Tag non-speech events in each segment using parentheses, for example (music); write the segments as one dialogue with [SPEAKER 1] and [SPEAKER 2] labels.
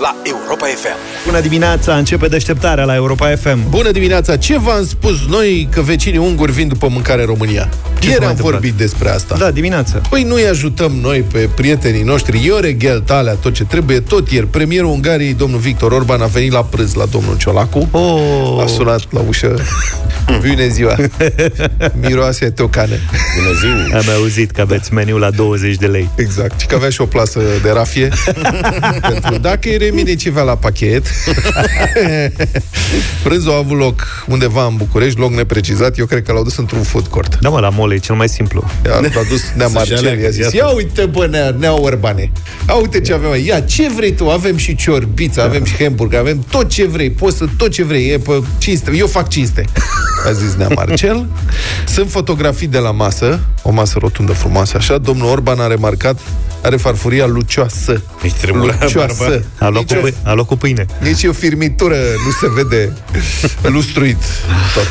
[SPEAKER 1] la Europa FM.
[SPEAKER 2] Bună dimineața, începe deșteptarea la Europa FM.
[SPEAKER 3] Bună dimineața! Ce v-am spus noi că vecinii unguri vin după mâncare în România?
[SPEAKER 2] s-a
[SPEAKER 3] Ieri
[SPEAKER 2] mai
[SPEAKER 3] am
[SPEAKER 2] întâmplat?
[SPEAKER 3] vorbit despre asta.
[SPEAKER 2] Da, dimineața.
[SPEAKER 3] Păi noi ajutăm noi pe prietenii noștri, Iore Ghelt, alea, tot ce trebuie, tot ieri. Premierul Ungariei, domnul Victor Orban, a venit la prânz la domnul Ciolacu.
[SPEAKER 2] Oh.
[SPEAKER 3] A sunat la
[SPEAKER 2] (laughs)
[SPEAKER 3] ușă. Bună ziua! Miroase tocană.
[SPEAKER 4] Bună ziua!
[SPEAKER 2] Am auzit că aveți meniu la 20 de lei.
[SPEAKER 3] Exact. Și că avea și o plasă de rafie. pentru dacă îi remine ceva la pachet. Prânzul a avut loc undeva în București, loc neprecizat. Eu cred că l-au dus într-un food court.
[SPEAKER 2] Da, mă, la mole e cel mai simplu.
[SPEAKER 3] A a dus Nea
[SPEAKER 4] Să-și
[SPEAKER 3] Marcel,
[SPEAKER 4] aleagă,
[SPEAKER 3] i-a zis,
[SPEAKER 4] iată.
[SPEAKER 3] ia uite bă Nea, Nea Orbane, ia uite ce avem aici, ia ce vrei tu, avem și ciorbiță, avem și hamburger, avem tot ce vrei, poți să, tot ce vrei, e pe cinste, eu fac
[SPEAKER 4] (laughs)
[SPEAKER 3] cinste. A zis Nea Marcel. Sunt fotografii de la masă, o masă rotundă frumoasă, așa, domnul Orban a remarcat, are farfuria lucioasă.
[SPEAKER 4] Îi tremura barba.
[SPEAKER 2] A luat,
[SPEAKER 3] Nici
[SPEAKER 2] cu,
[SPEAKER 3] o,
[SPEAKER 2] pâ- a luat cu pâine.
[SPEAKER 3] nici o firmitură nu se vede lustruit tot.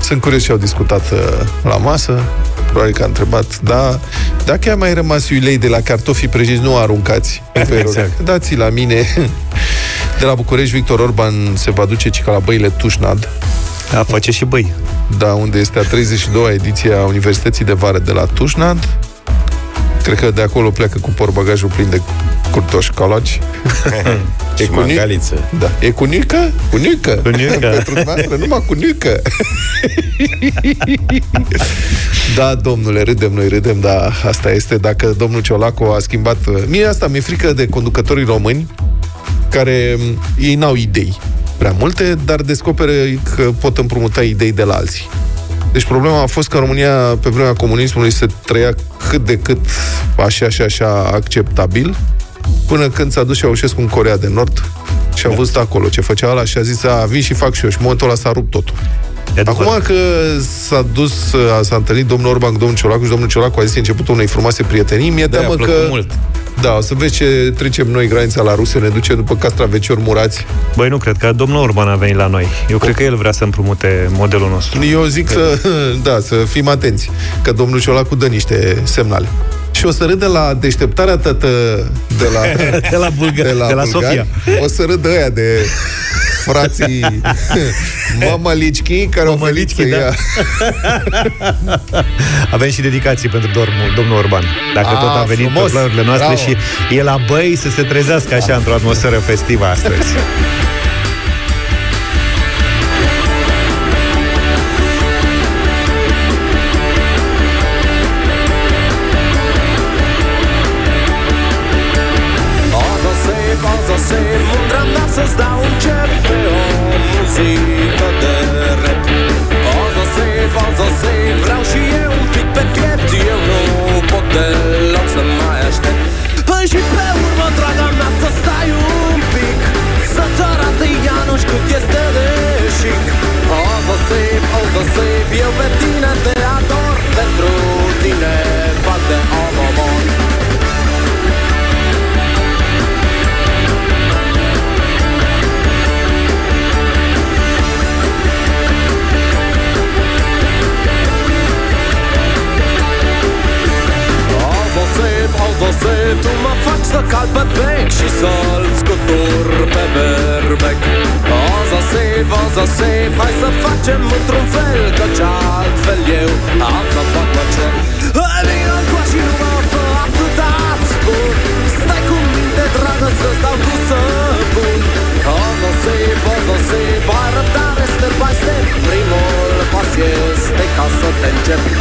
[SPEAKER 3] Sunt curios ce au discutat uh, la masă. Probabil că a întrebat, da, dacă a mai rămas ulei de la cartofii prăjiți, nu aruncați. Exact. Dați la mine. De la București, Victor Orban se va duce cica la băile Tușnad,
[SPEAKER 2] A face și băi.
[SPEAKER 3] da, unde este a 32-a ediție a Universității de Vară de la Tușnad. Cred că de acolo pleacă cu porbagajul plin de curtoși colaci.
[SPEAKER 4] Și
[SPEAKER 3] cu ni-
[SPEAKER 4] mangaliță.
[SPEAKER 3] Da. E cu nucă? Cu nucă.
[SPEAKER 2] Cu nucă.
[SPEAKER 3] (laughs) Pentru dumneavoastră, numai cu nucă. (laughs) da, domnule, râdem, noi râdem, dar asta este. Dacă domnul Ciolacu a schimbat... uh, Mie asta mi-e frică de conducătorii români, care m, ei n-au idei prea multe, dar descoperă că pot împrumuta idei de la alții. Deci problema a fost că în România, pe vremea comunismului, se trăia cât de cât așa și așa acceptabil, până când s-a dus Ceaușescu în Corea de Nord și a
[SPEAKER 4] Da.
[SPEAKER 3] văzut acolo ce făcea ăla și a zis, a, vin și fac și eu. Și în momentul ăla s-a rupt totul.
[SPEAKER 2] E
[SPEAKER 4] Da.
[SPEAKER 3] Acum că s-a dus, a- s-a întâlnit domnul Orban cu domnul Ciolacu și domnul Ciolacu a zis începutul unei frumoase prietenii, mi-e
[SPEAKER 4] Da,
[SPEAKER 3] teamă
[SPEAKER 4] a
[SPEAKER 3] că...
[SPEAKER 4] plăcut mult.
[SPEAKER 3] Da, o să vezi ce trecem noi granița la ruse, ne duce după castraveciori murați.
[SPEAKER 2] Băi, nu cred că domnul Orban a venit la noi. Eu cred că el vrea să împrumute modelul nostru.
[SPEAKER 3] Eu zic să, (laughs) da, să fim atenți, că domnul Ciolacu dă niște semnale. Și o să râdă la deșteptarea tătă de la,
[SPEAKER 4] (laughs)
[SPEAKER 2] De la Bulgaria, de la, de la
[SPEAKER 3] bulgari.
[SPEAKER 2] Sofia.
[SPEAKER 3] O să râdă aia de (laughs) frații mamalichii care au venit să
[SPEAKER 2] Mamalichii, da.
[SPEAKER 3] ia.
[SPEAKER 2] Avem și dedicații pentru domnul, domnul Orban. Dacă
[SPEAKER 3] Ah,
[SPEAKER 2] tot a venit
[SPEAKER 3] frumos!
[SPEAKER 2] pe planurile noastre
[SPEAKER 3] Bravo!
[SPEAKER 2] și e la băi să se trezească așa într-o atmosferă festivă astăzi.
[SPEAKER 5] Hazaszép, hazaszép, mundrám nem szesz, de un cseppő a muzică de rap Hazaszép, hazaszép, vreau și eu un pic pe piept Eu nu pot deloc să mai aștept Păi și pe urmă, draga mea, să stai un pic Să-ți arate Ianuș cât este de chic Hazaszép, hazaszép, eu pe tine te ador Pentru tine fac de om omor Auză sip, auză sip, tu mă faci să cal pe bec Și să-l scutur pe berbec Auză sip, auză sip, hai să facem într-un fel Căci altfel eu am să fac orice Hai, vină și nu mă fă atâta spun Stai cu minte, dragă, să-ți dau cu să pun Auză sip, auză sip, arătare step by step Primul pas este ca să te începi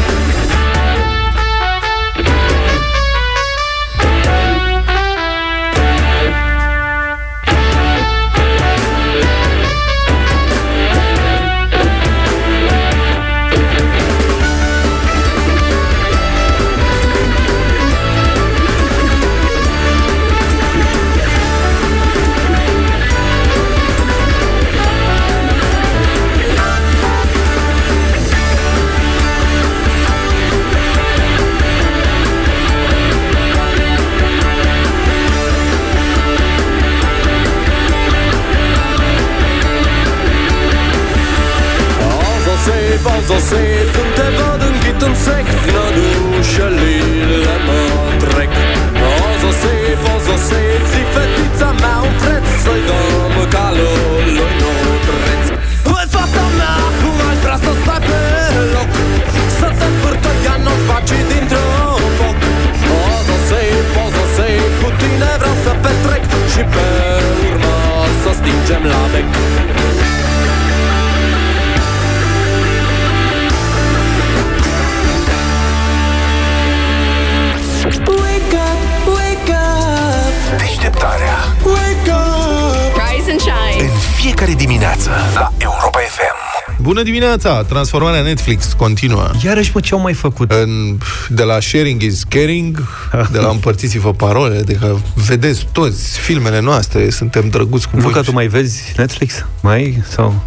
[SPEAKER 1] deșteptarea.
[SPEAKER 6] Rise and shine.
[SPEAKER 1] În fiecare dimineață la Europa FM.
[SPEAKER 3] Bună dimineața! Transformarea Netflix continuă.
[SPEAKER 2] Iarăși, mă, ce-au mai făcut?
[SPEAKER 3] În, de la sharing is caring, de la împărțiți-vă parole, de că vedeți toți filmele noastre, suntem drăguți cu
[SPEAKER 2] Nu
[SPEAKER 3] voi.
[SPEAKER 2] că tu mai vezi Netflix? Mai? Sau?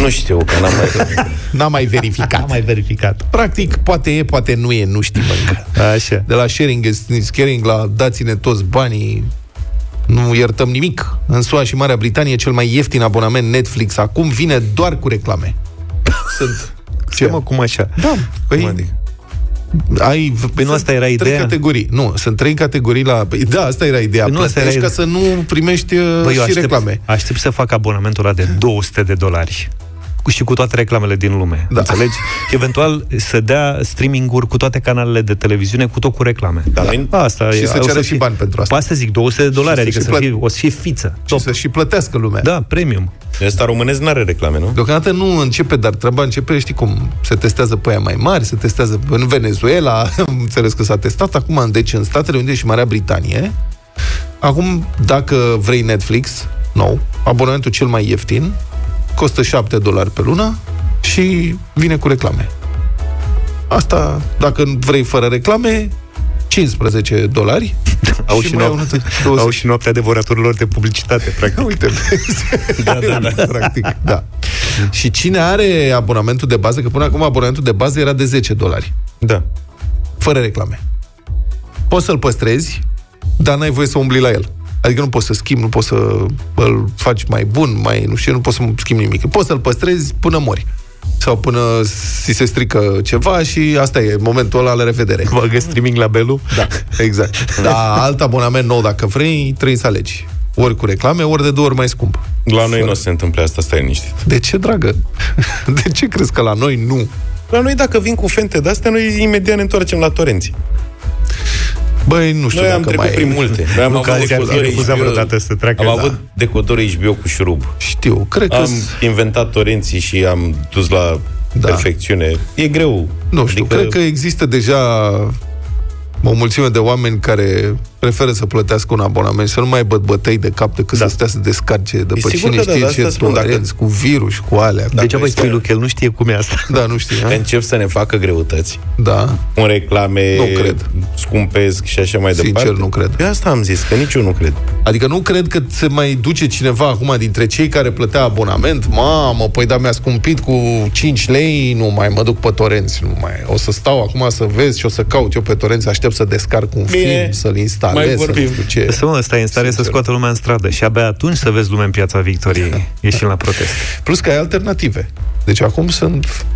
[SPEAKER 4] Nu știu, că n-am mai...
[SPEAKER 3] N-am mai verificat.
[SPEAKER 2] mai verificat.
[SPEAKER 3] Practic, poate e, poate nu e, nu știm încă.
[SPEAKER 2] Așa.
[SPEAKER 3] De la sharing is, is caring la dați-ne toți banii, nu iertăm nimic. În SUA și Marea Britanie, cel mai ieftin abonament Netflix acum vine doar cu reclame. Sunt...
[SPEAKER 2] Ce mă, cum așa?
[SPEAKER 3] Da,
[SPEAKER 4] Cum
[SPEAKER 3] păi,
[SPEAKER 4] adică?
[SPEAKER 3] ai...
[SPEAKER 2] Păi nu
[SPEAKER 3] sunt
[SPEAKER 2] asta era
[SPEAKER 3] trei
[SPEAKER 2] ideea?
[SPEAKER 3] categorii. Nu, sunt trei categorii la... Păi Da, asta era ideea.
[SPEAKER 2] Păi nu, asta era
[SPEAKER 3] Plătești ca să nu primești Bă,
[SPEAKER 2] Băi,
[SPEAKER 3] și
[SPEAKER 2] eu aștept,
[SPEAKER 3] reclame.
[SPEAKER 2] aștept să fac abonamentul ăla de 200 de dolari. Cu, și cu toate reclamele din lume.
[SPEAKER 3] Da.
[SPEAKER 2] Înțelegi? Eventual să dea streaming-uri cu toate canalele de televiziune, cu tot cu reclame.
[SPEAKER 4] Da.
[SPEAKER 2] Asta
[SPEAKER 3] Și
[SPEAKER 2] e,
[SPEAKER 3] să
[SPEAKER 2] o
[SPEAKER 3] ceară
[SPEAKER 2] fie-
[SPEAKER 3] și bani pentru asta.
[SPEAKER 2] Păi Asta zic, 200 de dolari,
[SPEAKER 3] să
[SPEAKER 2] adică
[SPEAKER 3] și
[SPEAKER 2] să
[SPEAKER 3] plă-
[SPEAKER 2] fie, o să fie fiță.
[SPEAKER 3] Și
[SPEAKER 2] Top.
[SPEAKER 3] să și plătească lumea.
[SPEAKER 2] Da, premium.
[SPEAKER 4] Ăsta românesc n-are reclame, nu?
[SPEAKER 3] Deocamdată nu începe, dar treaba începe, știi cum, se testează pe aia mai mari, se testează în Venezuela, (laughs) am înțeles că s-a testat acum, deci în Statele Unite și Marea Britanie. Acum, dacă vrei Netflix, nou, abonamentul cel mai ieftin, costă 7 dolari pe lună și vine cu reclame. Asta, dacă vrei fără reclame, 15
[SPEAKER 2] (laughs)
[SPEAKER 3] dolari.
[SPEAKER 2] Au și,
[SPEAKER 3] mai
[SPEAKER 2] noap-
[SPEAKER 3] au unul de
[SPEAKER 2] (laughs) au
[SPEAKER 3] 20.
[SPEAKER 2] și noaptea devoratorilor de publicitate, practic.
[SPEAKER 3] Uite, (laughs) da, (laughs) da, da. practic, da. Și cine are abonamentul de bază, că până acum abonamentul de bază era de 10 dolari,
[SPEAKER 4] Da.
[SPEAKER 3] fără reclame. Poți să-l păstrezi, dar n-ai voie să umbli la el. Adică nu poți să schimbi, nu poți să îl faci mai bun, mai nu știu, nu poți să schimbi nimic. Poți să-l păstrezi până mori. Sau până si se strică ceva și asta e momentul ăla, la revedere.
[SPEAKER 2] Vă găsi streaming la Belu?
[SPEAKER 3] Da, exact. Dar alt abonament nou, dacă vrei, trebuie să alegi. Ori cu reclame, ori de două ori mai scump.
[SPEAKER 4] La noi nu o să se întâmple asta, stai liniștit.
[SPEAKER 3] De ce, dragă? (laughs) De ce crezi că la noi nu?
[SPEAKER 4] La noi, dacă vin cu fente de-astea, noi imediat ne întoarcem la torenți.
[SPEAKER 3] Băi, nu știu
[SPEAKER 4] Noi am
[SPEAKER 3] dacă
[SPEAKER 4] trecut
[SPEAKER 3] mai
[SPEAKER 4] prin
[SPEAKER 3] e.
[SPEAKER 4] multe. Noi am
[SPEAKER 2] Nu că alții ar fi refuzat vreodată să treacă.
[SPEAKER 4] Am
[SPEAKER 2] Da.
[SPEAKER 4] avut decodore HBO cu șurub.
[SPEAKER 3] Știu, cred că...
[SPEAKER 4] Am
[SPEAKER 3] s-
[SPEAKER 4] inventat torenții și am dus la
[SPEAKER 3] Da.
[SPEAKER 4] perfecțiune. E greu.
[SPEAKER 3] Nu știu, adică... cred că există deja o mulțime de oameni care preferă să plătească un abonament și să nu mai băt bătăi de cap decât da. să stea să descarce de
[SPEAKER 4] E
[SPEAKER 3] pe cine
[SPEAKER 4] sigur că da,
[SPEAKER 3] știe
[SPEAKER 4] dar
[SPEAKER 3] ce
[SPEAKER 4] asta spun, dacă-
[SPEAKER 3] tolerenți, cu virus, cu alea.
[SPEAKER 2] De
[SPEAKER 3] Da,
[SPEAKER 2] ce
[SPEAKER 4] Dacă
[SPEAKER 2] vă
[SPEAKER 4] este-
[SPEAKER 2] Deci spui lui că el nu știe cum e asta?
[SPEAKER 3] da nu știu. a?
[SPEAKER 4] Încep să ne facă greutăți.
[SPEAKER 3] Da,
[SPEAKER 4] În reclame
[SPEAKER 3] Nu cred.
[SPEAKER 4] scumpesc și așa mai
[SPEAKER 3] Sincer,
[SPEAKER 4] departe.
[SPEAKER 3] nu cred.
[SPEAKER 4] Eu asta am zis, că nici eu nu cred.
[SPEAKER 3] Adică nu cred că se mai duce cineva acum dintre cei care plătea abonament. Mamă, păi da, mi-a scumpit cu 5 lei, nu mai mă duc pe torenți, nu mai. O să stau acum să vezi și o să caut eu pe torenți, aștept să descarc un
[SPEAKER 4] Bine,
[SPEAKER 3] film, să-l instalez,
[SPEAKER 4] mai
[SPEAKER 3] să nu
[SPEAKER 4] vorbim.
[SPEAKER 3] știu ce.
[SPEAKER 2] Să mă, stai în stare să scoată lumea în stradă și abia atunci să vezi lumea în piața
[SPEAKER 3] Da.
[SPEAKER 2] Victoriei ieșind la protest.
[SPEAKER 3] Plus că ai alternative. Deci acum sunt...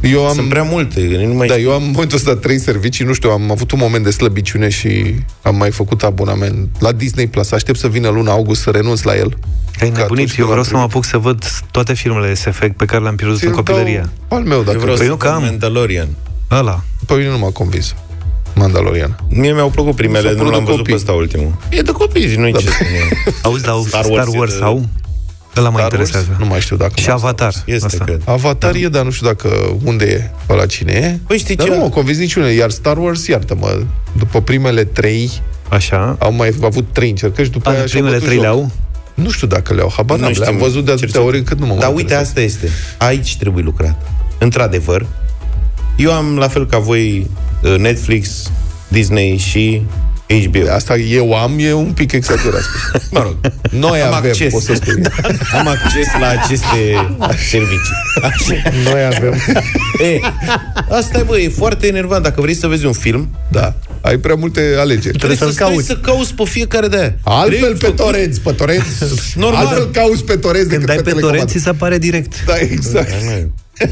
[SPEAKER 3] Eu am
[SPEAKER 4] Sunt prea multe, nu mai
[SPEAKER 3] Da,
[SPEAKER 4] știu.
[SPEAKER 3] eu am în momentul ăsta trei servicii, nu știu, am avut un moment de slăbiciune și am mai făcut abonament la Disney Plus. Aștept să vină luna august să renunț la el.
[SPEAKER 2] Ai
[SPEAKER 3] Că
[SPEAKER 2] nebunit,
[SPEAKER 3] atunci
[SPEAKER 2] eu
[SPEAKER 3] când
[SPEAKER 2] vreau
[SPEAKER 3] l-am
[SPEAKER 2] să mă apuc să văd toate filmele SF pe care le-am pierdut în
[SPEAKER 3] Ți-l
[SPEAKER 2] copilărie.
[SPEAKER 3] dau Al meu, dacă
[SPEAKER 4] Eu vreau
[SPEAKER 2] Păi
[SPEAKER 4] să
[SPEAKER 2] eu că
[SPEAKER 4] fac
[SPEAKER 2] am.
[SPEAKER 4] Mandalorian.
[SPEAKER 2] Ăla.
[SPEAKER 3] Pe mine Păi nu m-a convins. Mandalorian.
[SPEAKER 4] Mie mi-au plăcut primele,
[SPEAKER 3] S-au
[SPEAKER 4] nu
[SPEAKER 3] părut
[SPEAKER 4] l-am
[SPEAKER 3] de
[SPEAKER 4] văzut
[SPEAKER 3] copii.
[SPEAKER 4] pe ăsta ultimul. E de copii și
[SPEAKER 3] Da,
[SPEAKER 4] nu-i ce
[SPEAKER 3] (laughs)
[SPEAKER 4] spune.
[SPEAKER 2] Auzi, dar
[SPEAKER 4] Star
[SPEAKER 2] Star
[SPEAKER 4] Wars
[SPEAKER 2] Wars,
[SPEAKER 4] e
[SPEAKER 2] Star Wars
[SPEAKER 4] de-
[SPEAKER 2] sau? Ăla mă
[SPEAKER 3] Star Wars?
[SPEAKER 7] Da.
[SPEAKER 2] interesează.
[SPEAKER 3] Nu mai știu dacă...
[SPEAKER 2] Și
[SPEAKER 3] m-a-
[SPEAKER 2] Avatar.
[SPEAKER 4] Este,
[SPEAKER 2] Asta.
[SPEAKER 4] cred.
[SPEAKER 3] Avatar e, dar nu știu dacă unde e, ăla cine e.
[SPEAKER 4] Păi știi
[SPEAKER 3] dar
[SPEAKER 4] ce?
[SPEAKER 3] nu m-a convins niciunul. Iar Star Wars, iartă-mă, după primele trei,
[SPEAKER 2] Așa.
[SPEAKER 3] au mai avut trei încercări și după
[SPEAKER 7] Păi,
[SPEAKER 2] Ale,
[SPEAKER 3] aia și-au
[SPEAKER 2] primele
[SPEAKER 3] bătut
[SPEAKER 2] trei
[SPEAKER 3] joc.
[SPEAKER 2] le-au?
[SPEAKER 3] Nu știu dacă le-au, habar
[SPEAKER 4] Nu
[SPEAKER 3] Păi n-am.
[SPEAKER 4] știm.
[SPEAKER 3] Le-am văzut de atâtea
[SPEAKER 4] Cercetăm.
[SPEAKER 3] ori încât nu mă mai
[SPEAKER 4] Dar uite, asta este. Aici trebuie lucrat. Într-adevăr, eu am, la fel ca voi, uh, Netflix, Disney și HBO.
[SPEAKER 3] Asta eu am, e un pic exagerat. spus.
[SPEAKER 4] Mă rog,
[SPEAKER 3] Noi
[SPEAKER 4] am
[SPEAKER 3] avem,
[SPEAKER 4] acces. Da,
[SPEAKER 3] poți să
[SPEAKER 4] (laughs)
[SPEAKER 3] spui.
[SPEAKER 4] Am acces la aceste servicii. Așa.
[SPEAKER 3] Noi avem.
[SPEAKER 4] E, asta e, bă, e foarte enervant. Dacă vrei să vezi un film,
[SPEAKER 3] Da. Ai prea multe alegeri.
[SPEAKER 4] trebuie,
[SPEAKER 2] să-l
[SPEAKER 4] să stai
[SPEAKER 2] cauți.
[SPEAKER 4] să cauți pe fiecare de aia.
[SPEAKER 3] Altfel pe torenți, pe torenți.
[SPEAKER 4] Normal.
[SPEAKER 3] Altfel cauți pe torenți
[SPEAKER 2] Când
[SPEAKER 3] decât
[SPEAKER 2] dai
[SPEAKER 3] pe,
[SPEAKER 2] pe
[SPEAKER 3] telecomandă.
[SPEAKER 2] torenții, se apare direct.
[SPEAKER 3] Da, exact.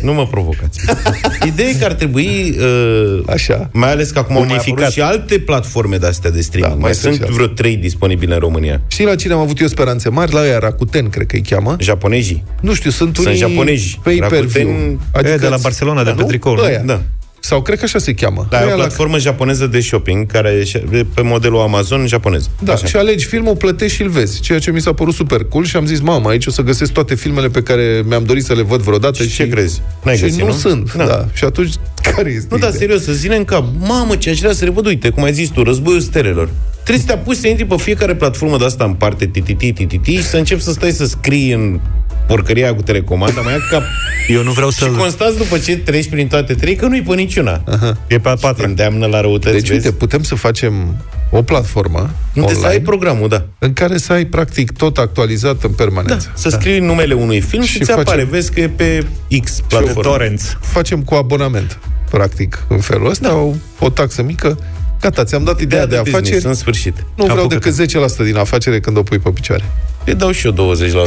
[SPEAKER 4] Nu mă provocați. (laughs) Ideea e că ar trebui, uh,
[SPEAKER 3] Așa.
[SPEAKER 4] mai ales că acum au mai apărut
[SPEAKER 2] Unificat.
[SPEAKER 4] și alte platforme de-astea de streaming.
[SPEAKER 3] Da,
[SPEAKER 4] mai
[SPEAKER 3] mai sunt
[SPEAKER 4] sunt
[SPEAKER 3] și
[SPEAKER 4] vreo trei disponibile în România.
[SPEAKER 3] Știi la cine am avut eu speranțe mari? La ea Rakuten, cred că îi cheamă.
[SPEAKER 4] Japonezii.
[SPEAKER 3] Nu știu, sunt,
[SPEAKER 4] Sunt
[SPEAKER 3] unii
[SPEAKER 4] japonezi.
[SPEAKER 3] pay-per-view.
[SPEAKER 4] Rakuten-
[SPEAKER 2] E, de la Barcelona, de
[SPEAKER 3] Da,
[SPEAKER 2] pe
[SPEAKER 3] nu?
[SPEAKER 2] tricou, nu?
[SPEAKER 3] Ăia.
[SPEAKER 4] Da.
[SPEAKER 3] Sau cred că așa se cheamă.
[SPEAKER 4] Da, e
[SPEAKER 3] Ăia
[SPEAKER 4] o
[SPEAKER 3] la-
[SPEAKER 4] platformă japoneză de shopping care e pe modelul Amazon japonez.
[SPEAKER 3] Da,
[SPEAKER 4] Așa.
[SPEAKER 3] și alegi filmul, plătești și îl vezi. Ceea ce mi s-a părut super cool și am zis, mamă, aici o să găsesc toate filmele pe care mi-am dorit să le văd vreodată.
[SPEAKER 4] Și
[SPEAKER 3] Și,
[SPEAKER 4] ce crezi? N-ai
[SPEAKER 3] și
[SPEAKER 4] găsit,
[SPEAKER 3] nu,
[SPEAKER 4] nu?
[SPEAKER 3] sunt,
[SPEAKER 4] Da.
[SPEAKER 3] da. Și atunci, (laughs) care este
[SPEAKER 4] Nu, da, dar
[SPEAKER 3] ideea?
[SPEAKER 4] serios, să zine în cap, mamă, ce aș vrea să revăd, uite, cum ai zis tu, războiul stelelor. Trebuie să te apuci să intri pe fiecare platformă de asta în parte, tititi, tititi, și să începi să stai să scrii în porcăria cu telecomanda, mai ia cap.
[SPEAKER 2] Eu nu vreau
[SPEAKER 4] Și
[SPEAKER 2] să-l...
[SPEAKER 4] constați după ce treci prin toate trei că nu-i pe niciuna.
[SPEAKER 2] E pe a
[SPEAKER 4] Te
[SPEAKER 2] patra.
[SPEAKER 4] îndeamnă la răutăți,
[SPEAKER 3] Deci,
[SPEAKER 4] vezi?
[SPEAKER 3] uite, putem să facem o platformă
[SPEAKER 4] nu te să ai
[SPEAKER 3] online
[SPEAKER 4] programul, da.
[SPEAKER 3] în care să ai, practic, tot actualizat în permanență.
[SPEAKER 4] Să scrii numele unui film Da. și,
[SPEAKER 3] Și
[SPEAKER 4] ți apare,
[SPEAKER 3] facem-
[SPEAKER 4] vezi că e pe X
[SPEAKER 2] Pe
[SPEAKER 4] platformă.
[SPEAKER 2] Torrents.
[SPEAKER 3] facem cu abonament, practic, în felul ăsta, o, o taxă mică. Gata, ți-am dat Da. ideea de,
[SPEAKER 4] business,
[SPEAKER 3] afaceri.
[SPEAKER 4] în sfârșit.
[SPEAKER 3] Nu vreau
[SPEAKER 2] Apucă-te.
[SPEAKER 3] decât 10% din afacere când o pui pe picioare.
[SPEAKER 4] Îi dau și eu 20 la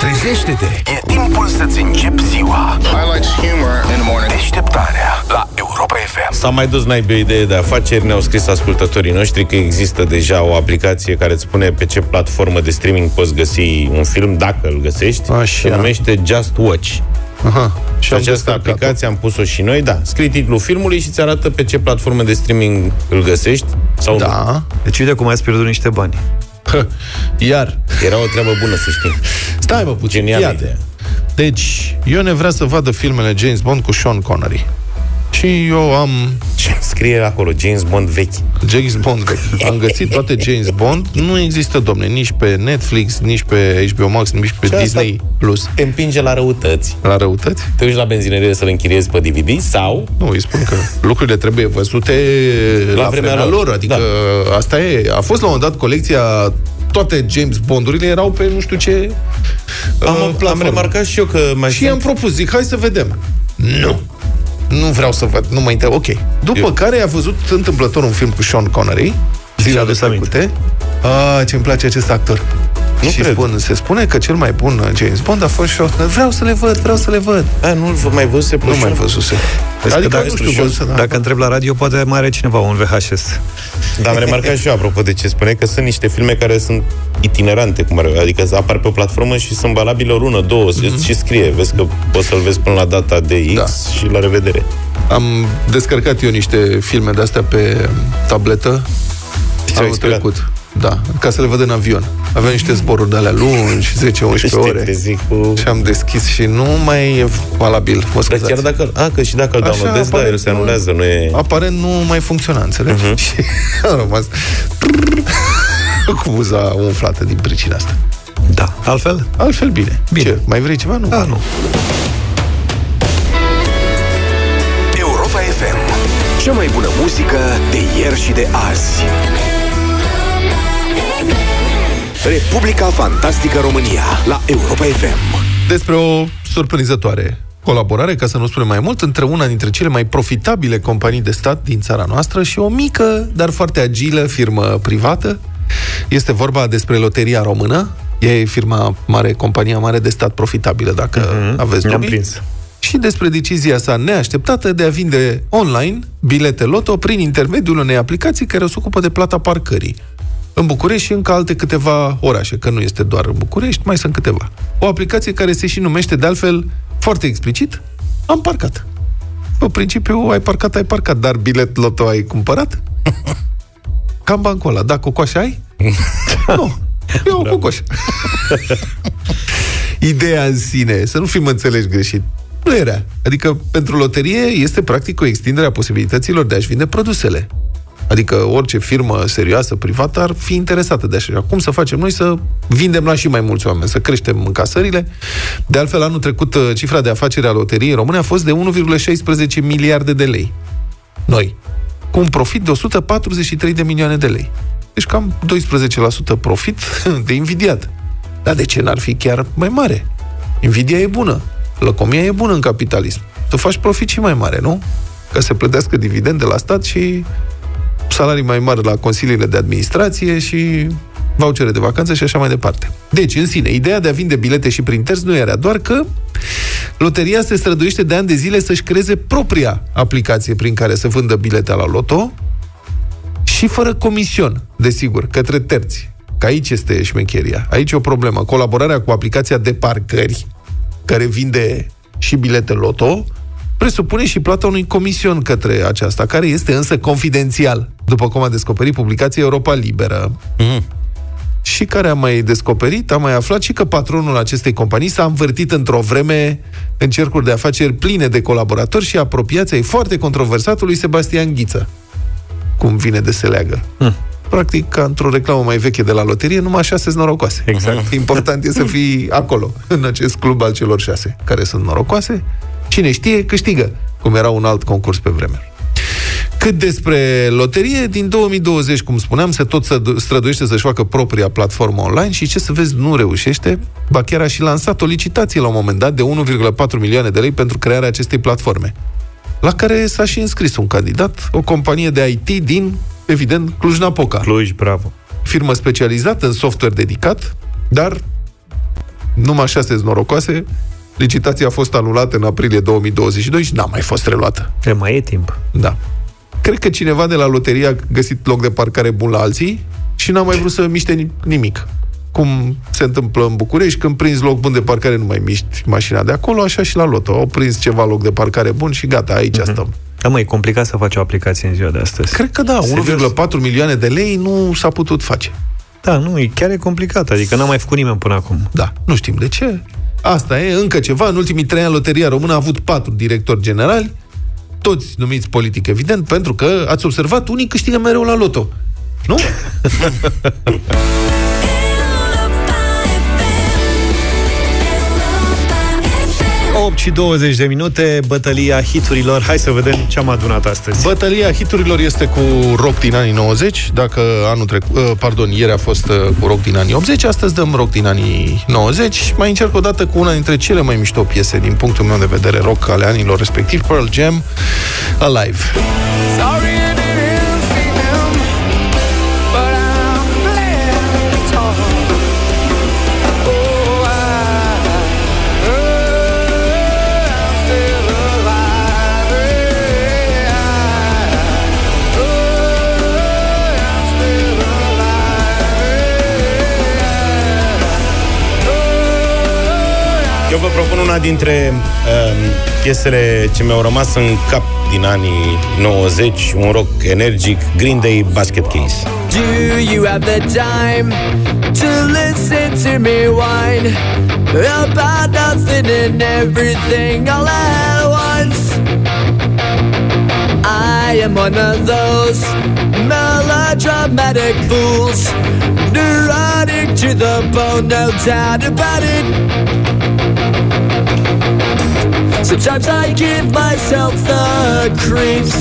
[SPEAKER 1] Trezește-te! E timpul să-ți începi ziua.
[SPEAKER 5] I likes humor in the morning.
[SPEAKER 1] Deșteptarea la Europa FM.
[SPEAKER 4] S-a mai dus naibii o idee de afaceri, ne-au scris ascultătorii noștri că există deja o aplicație care îți spune pe ce platformă de streaming poți găsi un film, dacă îl găsești.
[SPEAKER 3] Așa.
[SPEAKER 4] Se numește Just Watch.
[SPEAKER 3] Aha.
[SPEAKER 4] Și
[SPEAKER 3] am
[SPEAKER 4] această
[SPEAKER 3] descărcat-o.
[SPEAKER 4] aplicație am pus-o și noi, da. Scrii titlul filmului și îți arată pe ce platformă de streaming îl găsești sau nu.
[SPEAKER 3] Da.
[SPEAKER 2] Deci uite cum ați pierdut niște bani.
[SPEAKER 3] (laughs) Iar.
[SPEAKER 4] Era o treabă bună, să știi.
[SPEAKER 3] Stai, mă, puțin.
[SPEAKER 4] Genială
[SPEAKER 3] Iată.
[SPEAKER 4] idee.
[SPEAKER 3] Deci, eu ne vrea să vadă filmele James Bond cu Sean Connery. Și eu am
[SPEAKER 4] Ce scrie acolo? James Bond vechi.
[SPEAKER 3] James Bond. vechi. Am găsit toate James Bond. Nu există, domne, nici pe Netflix, nici pe HBO Max, nici pe
[SPEAKER 4] asta-
[SPEAKER 3] Disney Plus.
[SPEAKER 4] Te împinge la răutăți.
[SPEAKER 3] La răutăți?
[SPEAKER 4] Te duci la benzinerie să-l închiriezi pe DVD sau
[SPEAKER 3] Nu, îi spun că lucrurile trebuie văzute la, la vremea, lor. Adică da. asta e. A fost la un moment dat colecția toate James Bondurile erau pe nu știu ce uh,
[SPEAKER 4] am, am
[SPEAKER 3] platformă.
[SPEAKER 4] remarcat și eu că mai
[SPEAKER 3] Și am propus, zic, hai să vedem. Nu. Nu vreau să văd, nu mă inter... Ok. După
[SPEAKER 4] Eu-
[SPEAKER 3] care a văzut întâmplător un film cu Sean Connery,
[SPEAKER 2] și-a
[SPEAKER 3] zilele
[SPEAKER 2] adus aminte.
[SPEAKER 3] trecute. Ah, ce-mi place acest actor.
[SPEAKER 4] Nu
[SPEAKER 3] și
[SPEAKER 4] cred.
[SPEAKER 3] spun, se spune că cel mai bun uh, James Bond a fost Sean Connery. Vreau să le văd, vreau să le văd.
[SPEAKER 4] A, nu-l v- mai văzuse pe
[SPEAKER 3] Nu
[SPEAKER 4] Păi Sean?
[SPEAKER 3] mai văzuse.
[SPEAKER 2] Vezi că
[SPEAKER 3] Adică,
[SPEAKER 2] dacă-
[SPEAKER 3] nu știu, văzuse, da.
[SPEAKER 2] Dacă întreb la radio, poate mai are cineva un VHS.
[SPEAKER 4] Dar am remarcat și eu, apropo de ce spune, că sunt niște filme care sunt itinerante, cum ar, adică apar pe platformă și sunt valabile o lună, două, mm-hmm. și scrie. Vezi că poți să-l vezi până la data de X
[SPEAKER 3] Mhm. Da.
[SPEAKER 4] și la revedere.
[SPEAKER 3] Am descărcat eu niște filme de-astea pe tabletă
[SPEAKER 4] Deci ți-au
[SPEAKER 3] anul
[SPEAKER 4] expirat?
[SPEAKER 3] trecut. Da, ca să le văd în avion. Aveam niște zboruri de alea lungi, 10-11
[SPEAKER 4] Știi, Deci te
[SPEAKER 3] ore.
[SPEAKER 4] zic cu...
[SPEAKER 3] Și am deschis și nu mai e valabil. Mă
[SPEAKER 4] Dar chiar
[SPEAKER 3] scuzați.
[SPEAKER 4] dacă... A, că și dacă îl
[SPEAKER 3] Așa
[SPEAKER 4] downloadezi, da,
[SPEAKER 3] apare-
[SPEAKER 4] el se anulează, nu e...
[SPEAKER 3] Aparent nu mai funcționa, înțelegi?
[SPEAKER 4] Mhm.
[SPEAKER 3] Uh-huh. (laughs) Și am rămas (laughs) cu buza umflată din pricina asta.
[SPEAKER 2] Da. Altfel?
[SPEAKER 3] Altfel bine.
[SPEAKER 2] Bine.
[SPEAKER 3] Ce, mai vrei ceva? Nu.
[SPEAKER 2] Da, nu.
[SPEAKER 1] Europa FM. Cea mai bună muzică de ieri și de azi. Republica Fantastică România la Europa FM.
[SPEAKER 3] despre o surprinzătoare colaborare, ca să nu spunem mai mult, între una dintre cele mai profitabile companii de stat din țara noastră și o mică, dar foarte agilă firmă privată. Este vorba despre Loteria Română. Ea e firma mare, compania mare de stat profitabilă, dacă uh-huh. aveți
[SPEAKER 2] Mi-am
[SPEAKER 3] dubii.
[SPEAKER 2] prins.
[SPEAKER 3] Și despre decizia sa neașteptată de a vinde online bilete loto prin intermediul unei aplicații care se ocupă de plata parcării. În București și încă alte câteva orașe, că nu este doar în București, mai sunt câteva. O aplicație care se și numește de altfel, foarte explicit, am parcat. Pe principiu, ai parcat, ai parcat, dar bilet loto ai cumpărat? Cam bancul ăla. Da, cocoș ai? nu. Eu am cocoș. Ideea în sine, să nu fim înțeleși greșit, nu era. Adică, pentru loterie este practic o extindere a posibilităților de a-și vinde produsele. Adică orice firmă serioasă, privată, ar fi interesată de așa. ceva. Cum să facem noi să vindem la și mai mulți oameni, să creștem încasările? De altfel, anul trecut, uh, cifra de afacere a loteriei române a fost de 1,16 miliarde de lei noi, cu un profit de 143 de milioane de lei. Deci cam 12% profit de invidiat. Dar de ce n-ar fi chiar mai mare? Invidia e bună. Lăcomia e bună în capitalism. Tu faci profit și mai mare, nu? Ca să plătească dividend de la stat și salarii mai mari la consiliile de administrație și vouchere de vacanță și așa mai departe. Deci, în sine, ideea de a vinde bilete și prin terți nu era doar că loteria se străduiește de ani de zile să-și creeze propria aplicație prin care să vândă bilete la loto și fără comision, desigur, către terți. Că aici este șmecheria. Aici e o problemă. Colaborarea cu aplicația de parcări, care vinde și bilete loto, presupune și plata unui comision către aceasta, care este însă confidențial, după cum a descoperit publicația Europa Liberă. Și care a mai descoperit, a mai aflat și că patronul acestei companii s-a învârtit într-o vreme în cercuri de afaceri pline de colaboratori și apropiați ai foarte controversatului Sebastian Ghiță cum vine de se leagă. Hmm. Practic, ca într-o reclamă mai veche de la loterie, numai șase sunt norocoase. Hm.
[SPEAKER 2] Exact.
[SPEAKER 3] Important e să fii acolo, în acest club al celor șase, care sunt norocoase. Cine știe, câștigă, cum era un alt concurs pe vremea. Cât despre loterie, din 2020, cum spuneam, se tot strădu- străduiește să-și facă propria platformă online și ce să vezi, nu reușește. Ba chiar a și lansat o licitație la un moment dat de 1,4 milioane de lei pentru crearea acestei platforme, la care s-a și înscris un candidat, o companie de IT din, evident, Cluj-Napoca
[SPEAKER 2] Cluj, bravo.
[SPEAKER 3] firmă specializată în software dedicat, dar numai șase norocoase. Licitația a fost anulată în aprilie 2022 și n-a mai fost reluată.
[SPEAKER 2] E, mai e timp.
[SPEAKER 3] Da. Cred că cineva de la loterie a găsit loc de parcare bun la alții și n-a mai vrut să miște ni- nimic. Cum se întâmplă în București, când prinzi loc bun de parcare, nu mai miști mașina de acolo, așa și la loto. Au prins ceva loc de parcare bun și gata, aici stăm.
[SPEAKER 2] Da, mă, e complicat să faci o aplicație în ziua de astăzi.
[SPEAKER 3] Cred că da,
[SPEAKER 2] Serios?
[SPEAKER 3] 1,4 milioane de lei nu s-a putut face.
[SPEAKER 2] Da, nu, e chiar e complicat. Adică n-a mai făcut nimeni până acum.
[SPEAKER 3] Da, nu știm de ce. Asta e încă ceva. În ultimii trei ani, Loteria Română a avut patru directori generali, toți numiți politic, evident, pentru că, ați observat, unii câștigă mereu la loto. Nu?
[SPEAKER 8] FM.
[SPEAKER 2] 8 și 20 de minute, bătălia hiturilor. Hai să vedem ce am adunat astăzi. Bă,
[SPEAKER 3] Bătălia hiturilor este cu rock din anii 90, dacă anul trecut, uh, pardon, ieri a fost uh, cu rock din anii 80, astăzi dăm rock din anii 90. Mai încerc o dată cu una dintre cele mai mișto piese din punctul meu de vedere rock ale anilor respectiv, Pearl Jam, Alive.
[SPEAKER 9] Sorry I didn't see them, but I'm glad it's all. Oh, I- oh, I'm still alive, yeah. Oh, I'm still alive, yeah.
[SPEAKER 4] Eu vă propun una dintre um, piesele ce mi-au rămas în cap din anii 90, un rock energic, Green Day Basket Case.
[SPEAKER 9] Do you have the time to listen to me whine about nothing and everything all at once? I am one of those melodramatic fools, neurotic to the bone, no doubt about it. Sometimes I give myself the creeps.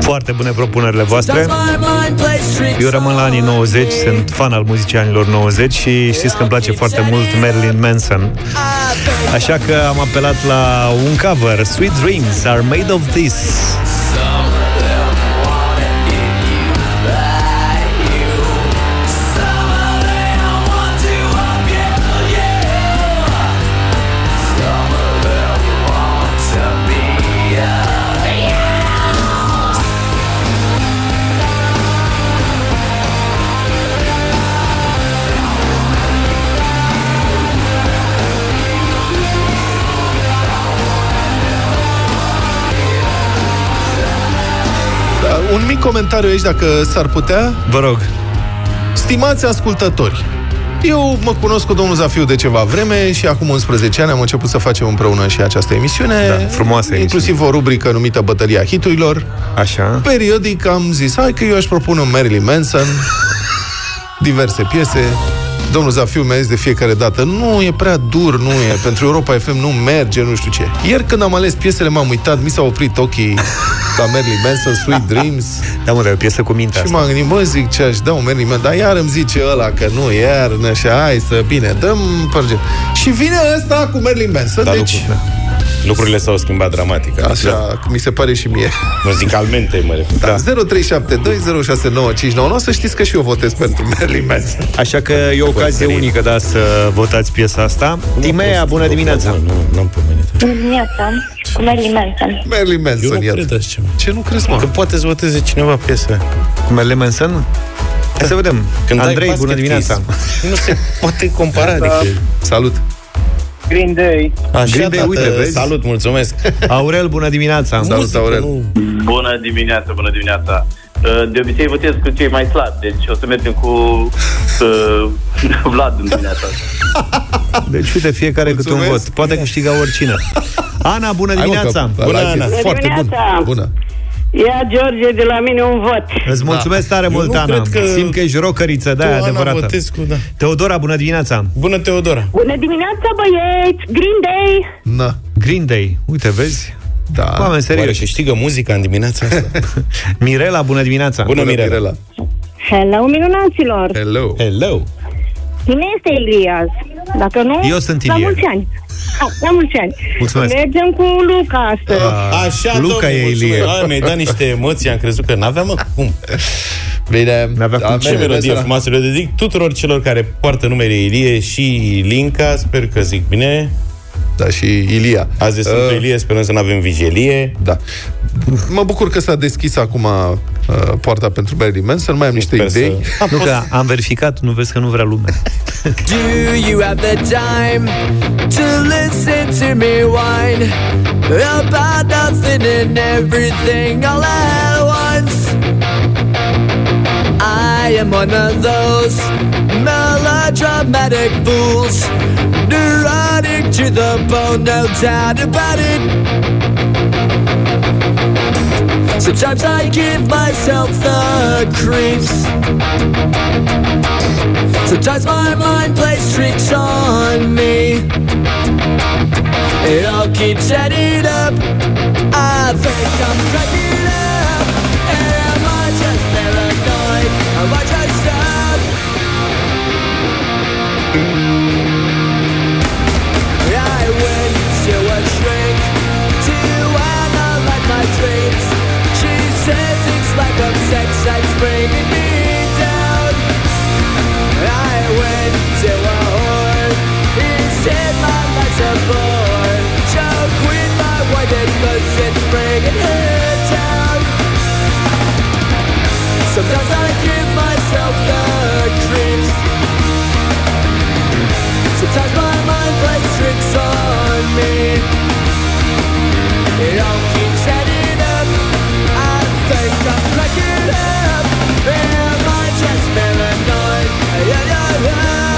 [SPEAKER 2] Foarte bune propunerile voastre.
[SPEAKER 9] Sometimes my mind plays tricks.
[SPEAKER 2] Eu rămân la anii 90, sunt fan al muzicii anilor 90 și știți că îmi place foarte mult Marilyn Manson. Așa că am apelat la un cover, Sweet Dreams Are Made of This.
[SPEAKER 3] Da, Un mic comentariu aici, dacă s-ar putea.
[SPEAKER 2] Vă rog,
[SPEAKER 3] Stimați ascultători, eu mă cunosc cu domnul Zafiu de ceva vreme și acum 11 ani am început să facem împreună și această emisiune.
[SPEAKER 2] Da, frumoasă
[SPEAKER 3] Inclusiv o rubrică numită Bătălia Hiturilor.
[SPEAKER 2] așa.
[SPEAKER 3] Periodic am zis, hai că eu aș propune un Marilyn Manson, diverse piese. Domnul Zafiu mi-a zis de fiecare dată, nu e prea dur, nu e, pentru Europa FM nu merge, nu știu ce. Ieri când am ales piesele, m-am uitat, mi s-au oprit ochii la Marilyn Manson, Sweet Dreams.
[SPEAKER 2] Da, mă, dar e o piesă cu mintea
[SPEAKER 3] Și
[SPEAKER 2] asta.
[SPEAKER 3] m-am gândit, mă, zic ce aș da un Marilyn Manson, dar iar îmi zice ăla că nu, iar, nu, așa, hai să, bine, dăm părge. Și vine ăsta cu Marilyn Manson,
[SPEAKER 4] Dar
[SPEAKER 3] deci,
[SPEAKER 4] lucru- lucrurile s-au schimbat dramatic. adică
[SPEAKER 3] așa, mi se pare și mie.
[SPEAKER 4] Muzicalmente, mă refer.
[SPEAKER 3] Da. 0372069599, să știți că și eu votez pentru Marilyn Manson.
[SPEAKER 2] Așa că e o ocazie unică, da, să votați piesa asta. Timea, bună dimineața!
[SPEAKER 4] Nu, nu, n-am pomenit.
[SPEAKER 10] Bună dimineața, cu Marilyn Manson.
[SPEAKER 3] Marilyn Manson,
[SPEAKER 4] Eu nu
[SPEAKER 3] iată.
[SPEAKER 4] cred așa ceva.
[SPEAKER 3] Ce nu crezi, mă?
[SPEAKER 4] Că poate să voteze cineva piesă.
[SPEAKER 2] Marilyn Manson? Hai să vedem.
[SPEAKER 4] Când ai
[SPEAKER 2] Andrei,
[SPEAKER 4] basket
[SPEAKER 2] bună dimineața! Da.
[SPEAKER 4] case, Nu se poate compara, adică...
[SPEAKER 3] Salut.
[SPEAKER 11] Green Day.
[SPEAKER 4] Așa,
[SPEAKER 2] Green Day,
[SPEAKER 4] tată,
[SPEAKER 2] uite, vezi?
[SPEAKER 4] Salut,
[SPEAKER 2] (laughs)
[SPEAKER 4] mulțumesc.
[SPEAKER 2] Aurel, bună dimineața!
[SPEAKER 3] Salut, Aurel.
[SPEAKER 11] Bună dimineața, bună dimineața. Uh, De obicei votez cu cei mai slabi, deci o să mergem cu uh, (laughs) Vlad în dimineața asta.
[SPEAKER 2] Deci, uite, fiecare câte un
[SPEAKER 3] Mulțumesc.
[SPEAKER 2] vot.
[SPEAKER 4] (laughs)
[SPEAKER 2] Poate câștiga oricine. Ana, bună
[SPEAKER 3] Hai, mă,
[SPEAKER 2] dimineața!
[SPEAKER 3] că- ăla a zis,
[SPEAKER 4] Ana.
[SPEAKER 3] Foarte bun.
[SPEAKER 10] dimineața.
[SPEAKER 3] Bună.
[SPEAKER 8] Ia, George, de la mine un vot.
[SPEAKER 2] Îți mulțumesc tare
[SPEAKER 4] Da. Eu
[SPEAKER 2] mult,
[SPEAKER 4] nu
[SPEAKER 2] Ana.
[SPEAKER 4] cred că-
[SPEAKER 2] Simt că ești rocăriță, da,
[SPEAKER 4] Tu, Ana
[SPEAKER 2] adevărată.
[SPEAKER 4] Botescu, da.
[SPEAKER 2] Teodora, bună dimineața!
[SPEAKER 4] Bună, Teodora!
[SPEAKER 12] Bună dimineața, băieți! Green Day!
[SPEAKER 3] Na.
[SPEAKER 2] Green Day, uite, vezi?
[SPEAKER 3] Da.
[SPEAKER 2] Oameni
[SPEAKER 4] Oare
[SPEAKER 2] serioși.
[SPEAKER 4] câștigă muzica în
[SPEAKER 2] (laughs)
[SPEAKER 4] dimineața asta?
[SPEAKER 2] Mirela, bună dimineața!
[SPEAKER 4] Bună, Mirela.
[SPEAKER 12] Hello, minunaților!
[SPEAKER 3] Hello!
[SPEAKER 4] Hello!
[SPEAKER 12] Cine este Ilias? Dacă nu,
[SPEAKER 2] Eu sunt
[SPEAKER 12] la
[SPEAKER 2] Ilie.
[SPEAKER 12] mulți ani. Ah, la mulți ani.
[SPEAKER 2] Mulțumesc.
[SPEAKER 12] Mergem cu Luca astăzi. Ah.
[SPEAKER 4] Așa,
[SPEAKER 2] Luca
[SPEAKER 4] domnule,
[SPEAKER 2] e
[SPEAKER 4] mulțumesc.
[SPEAKER 2] Ilie.
[SPEAKER 4] Ai, mi-ai dat niște emoții, am crezut că n-aveam, mă, cum?
[SPEAKER 3] Bine,
[SPEAKER 2] N-avea cum
[SPEAKER 3] avem
[SPEAKER 4] Ce melodie
[SPEAKER 3] mesera.
[SPEAKER 4] frumoasă le dedic tuturor celor care poartă numele Ilie și Linca, sper că zic bine.
[SPEAKER 3] Da, și Ilia.
[SPEAKER 4] Azi e Sfântul
[SPEAKER 3] Uh,
[SPEAKER 4] Ilie, sperăm să nu avem vigilie.
[SPEAKER 3] Da. Mă bucur că s-a deschis acum uh, poarta pentru Marilyn Manson, mai am niște
[SPEAKER 4] Sper
[SPEAKER 3] idei.
[SPEAKER 4] să-
[SPEAKER 2] Nu că am verificat, nu vezi că nu vrea lumea.
[SPEAKER 9] Do you have the time to listen to me whine about nothing and everything all at once? I am one of those melodramatic fools, neurotic to the bone, no doubt about it. Sometimes I give myself the creeps. Sometimes my mind plays tricks on me. It all keeps adding up. I think I'm cracking up. And am I just paranoid? Am I just stuck? I went to a shrink to analyze my dreams. She says it's like I'm sex that's bringing me down. I went to a whore. He said my life's a bore. So quit my wedding 'cause it's bringing her down. Sometimes I give myself the creeps. Sometimes my mind plays tricks on me. It all keeps adding up. I think I'm cracking up. Am I just paranoid? Yeah, yeah, yeah.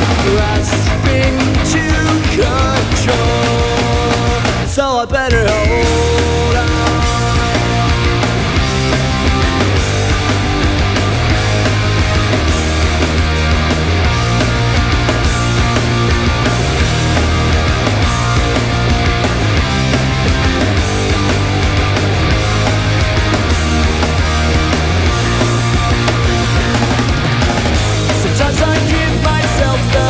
[SPEAKER 9] Grasping to control, so I better hold on. Sometimes I give myself the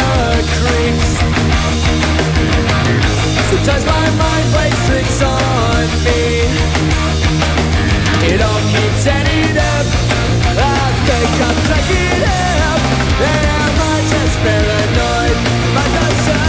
[SPEAKER 9] creeps. Sometimes my mind plays tricks on me. It all keeps adding up. I think I'm cracking up. Am I just paranoid? Am I just sad?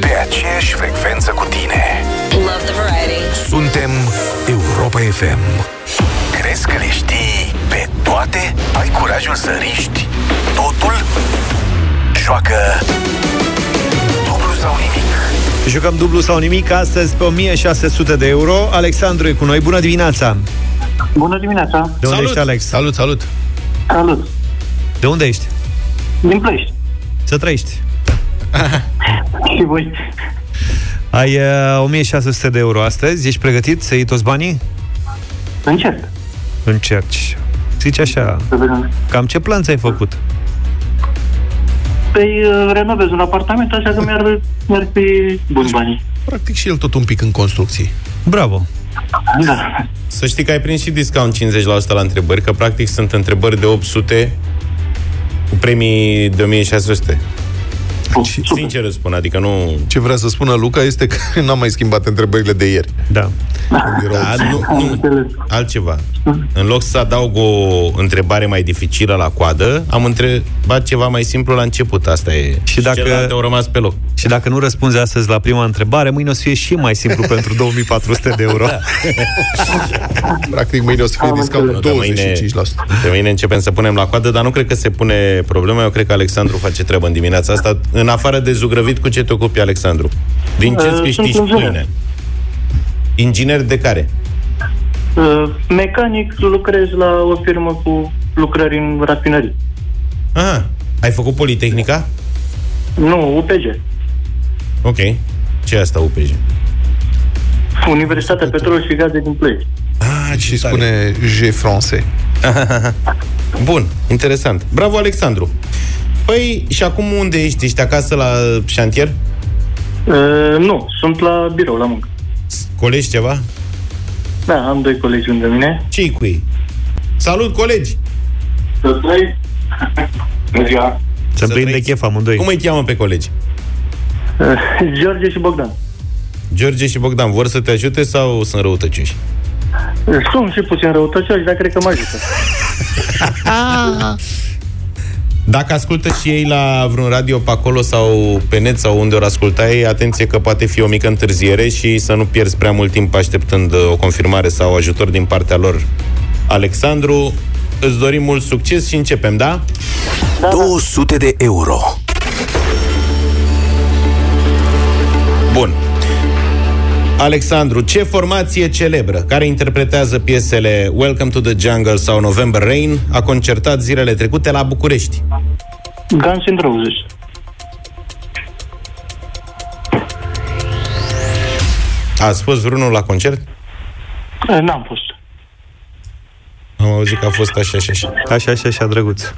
[SPEAKER 1] Pe aceeași frecvență cu tine.
[SPEAKER 6] Love the variety.
[SPEAKER 1] Suntem Europa FM. Crezi că le știi pe toate? Ai curajul să riști totul? Joacă dublu sau nimic.
[SPEAKER 2] (laughs) Jucăm dublu sau nimic astăzi pe 1600 de euro. Alexandru e cu noi. Bună dimineața!
[SPEAKER 11] Bună dimineața!
[SPEAKER 2] De unde
[SPEAKER 4] Salut!
[SPEAKER 2] ești, Alex?
[SPEAKER 3] Salut, salut!
[SPEAKER 11] Salut!
[SPEAKER 2] De unde ești?
[SPEAKER 11] Din Plești.
[SPEAKER 2] Să trăiești!
[SPEAKER 11] Și voi?
[SPEAKER 2] Ai uh, 1600 de euro astăzi. Ești pregătit să iei toți banii?
[SPEAKER 11] Încerc.
[SPEAKER 2] Încerci. Zici așa,
[SPEAKER 11] Să vedem.
[SPEAKER 2] cam ce plan ți-ai făcut?
[SPEAKER 11] Păi uh, renovez un apartament, așa că mi-ar, mi-ar fi buni banii.
[SPEAKER 3] Practic și el tot un pic în construcții.
[SPEAKER 2] Bravo!
[SPEAKER 11] Da.
[SPEAKER 4] Să știi că ai prins și discount 50% la întrebări, că practic sunt întrebări de 800 cu premii de 1600. Sincer îți spun, adică nu...
[SPEAKER 3] Ce vrea să spună Luca este că (laughs) n-am mai schimbat întrebările de ieri.
[SPEAKER 2] Da.
[SPEAKER 4] Da, nu, nu, altceva.
[SPEAKER 11] Da.
[SPEAKER 4] În loc să adaug o întrebare mai dificilă la coadă, am întrebat ceva mai simplu la început. Asta e.
[SPEAKER 2] Și dacă-
[SPEAKER 4] celelalte au rămas pe loc.
[SPEAKER 2] Și dacă nu răspunzi astăzi la prima întrebare, mâine o să fie și mai simplu (laughs) pentru 2400 de euro.
[SPEAKER 4] Da.
[SPEAKER 3] Practic mâine o să fie discount
[SPEAKER 4] de Da, mâine,
[SPEAKER 3] 25%.
[SPEAKER 4] de mâine începem să punem la coadă, dar nu cred că se pune problema. Eu cred că Alexandru face treabă în dimineața asta. În afară de zugrăvit, cu ce te ocupi, Alexandru? Din ce
[SPEAKER 11] Uh,
[SPEAKER 4] îți
[SPEAKER 11] sunt
[SPEAKER 4] câștigi
[SPEAKER 11] inginer.
[SPEAKER 4] pâine? Inginer de care?
[SPEAKER 11] Uh, mecanic, lucrez la o firmă cu lucrări în rafinării.
[SPEAKER 4] Aha. Ai făcut Politehnica?
[SPEAKER 11] Nu, UPG.
[SPEAKER 4] Ok. Ce e asta, UPJ?
[SPEAKER 11] Universitatea Petrol și Gaze din Ploiești.
[SPEAKER 4] Ah,
[SPEAKER 3] și spune J France.
[SPEAKER 4] Bun, interesant. Bravo, Alexandru. Păi, și acum unde ești? Ești acasă la șantier?
[SPEAKER 11] Uh, nu, sunt la birou, la muncă.
[SPEAKER 4] Colegi ceva?
[SPEAKER 11] Da, am doi colegi lângă mine.
[SPEAKER 4] ce cu ei? Salut, colegi!
[SPEAKER 11] Să trăiți! Bună ziua!
[SPEAKER 2] Să prinde chef amândoi.
[SPEAKER 4] Cum îi cheamă pe colegi?
[SPEAKER 11] George și Bogdan.
[SPEAKER 4] George și Bogdan vor să te ajute sau sunt răutăcioși?
[SPEAKER 11] Sunt și puțin răutăcioși, dar cred că mă ajută.
[SPEAKER 4] Dacă ascultă și ei la vreun radio pe acolo sau pe net sau unde ori asculta ei, atenție că poate fi o mică întârziere și să nu pierzi prea mult timp așteptând uh, o confirmare sau ajutor din partea lor. Alexandru, îți dorim mult succes și începem, da?
[SPEAKER 1] 200 de euro.
[SPEAKER 4] Bun. Alexandru, ce formație celebră care interpretează piesele Welcome to the Jungle sau November Rain a concertat zilele trecute la București?
[SPEAKER 11] Guns and Roses.
[SPEAKER 4] Ați fost vreunul la concert?
[SPEAKER 11] Uh, N-am fost.
[SPEAKER 4] Am auzit că a fost așa și așa.
[SPEAKER 2] Așa, așa, așa, drăguț.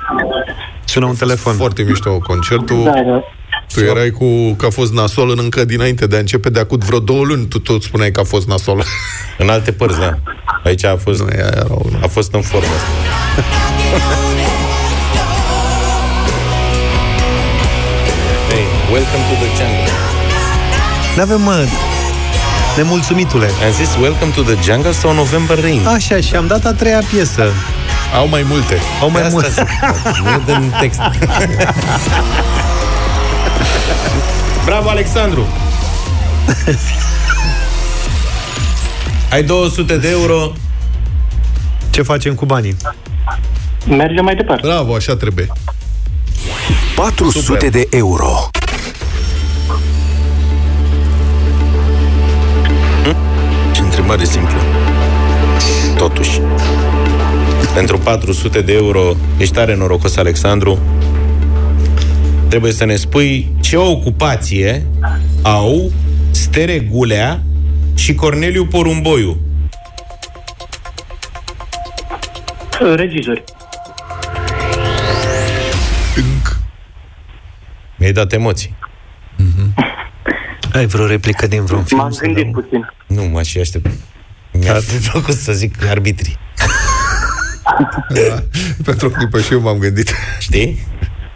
[SPEAKER 2] Sună un telefon.
[SPEAKER 3] Foarte mișto concertul.
[SPEAKER 11] Da, da.
[SPEAKER 3] Tu erai cu că a fost nasol în încă dinainte de a începe de acut vreo două luni, tu tot spuneai că a fost nasol. (laughs)
[SPEAKER 4] În alte părți, da. Aici a fost,
[SPEAKER 3] Aia era una.
[SPEAKER 4] a fost în formă. Hey, welcome to the jungle.
[SPEAKER 2] N-avem, mă, nemulțumitule.
[SPEAKER 4] Am zis welcome to the jungle sau November Rain?
[SPEAKER 2] Așa, și am dat a treia piesă.
[SPEAKER 3] Au mai multe.
[SPEAKER 2] Au mai
[SPEAKER 4] Asta
[SPEAKER 2] mult.
[SPEAKER 4] zic, Nu dăm text. Bravo, Alexandru! Ai 200 de euro.
[SPEAKER 2] Ce facem cu banii?
[SPEAKER 11] Mergem mai departe.
[SPEAKER 3] Bravo, așa trebuie.
[SPEAKER 1] 400 de euro.
[SPEAKER 4] Ce întrebare simplă. Totuși. Pentru 400 de euro, ești tare norocos, Alexandru. Trebuie să ne spui ce ocupație au Stere Gulea și Corneliu Porumboiu.
[SPEAKER 11] Uh, Regizori.
[SPEAKER 4] Mi-ai dat emoții.
[SPEAKER 2] Ai vreo replică din vreun film?
[SPEAKER 11] M-am
[SPEAKER 2] sau
[SPEAKER 11] gândit
[SPEAKER 2] nu?
[SPEAKER 11] puțin.
[SPEAKER 4] Nu, mă și aștept. Mi-ar fi plăcut să zic arbitrii.
[SPEAKER 3] Da, Pentru o clipă și eu m-am gândit.
[SPEAKER 4] Știi?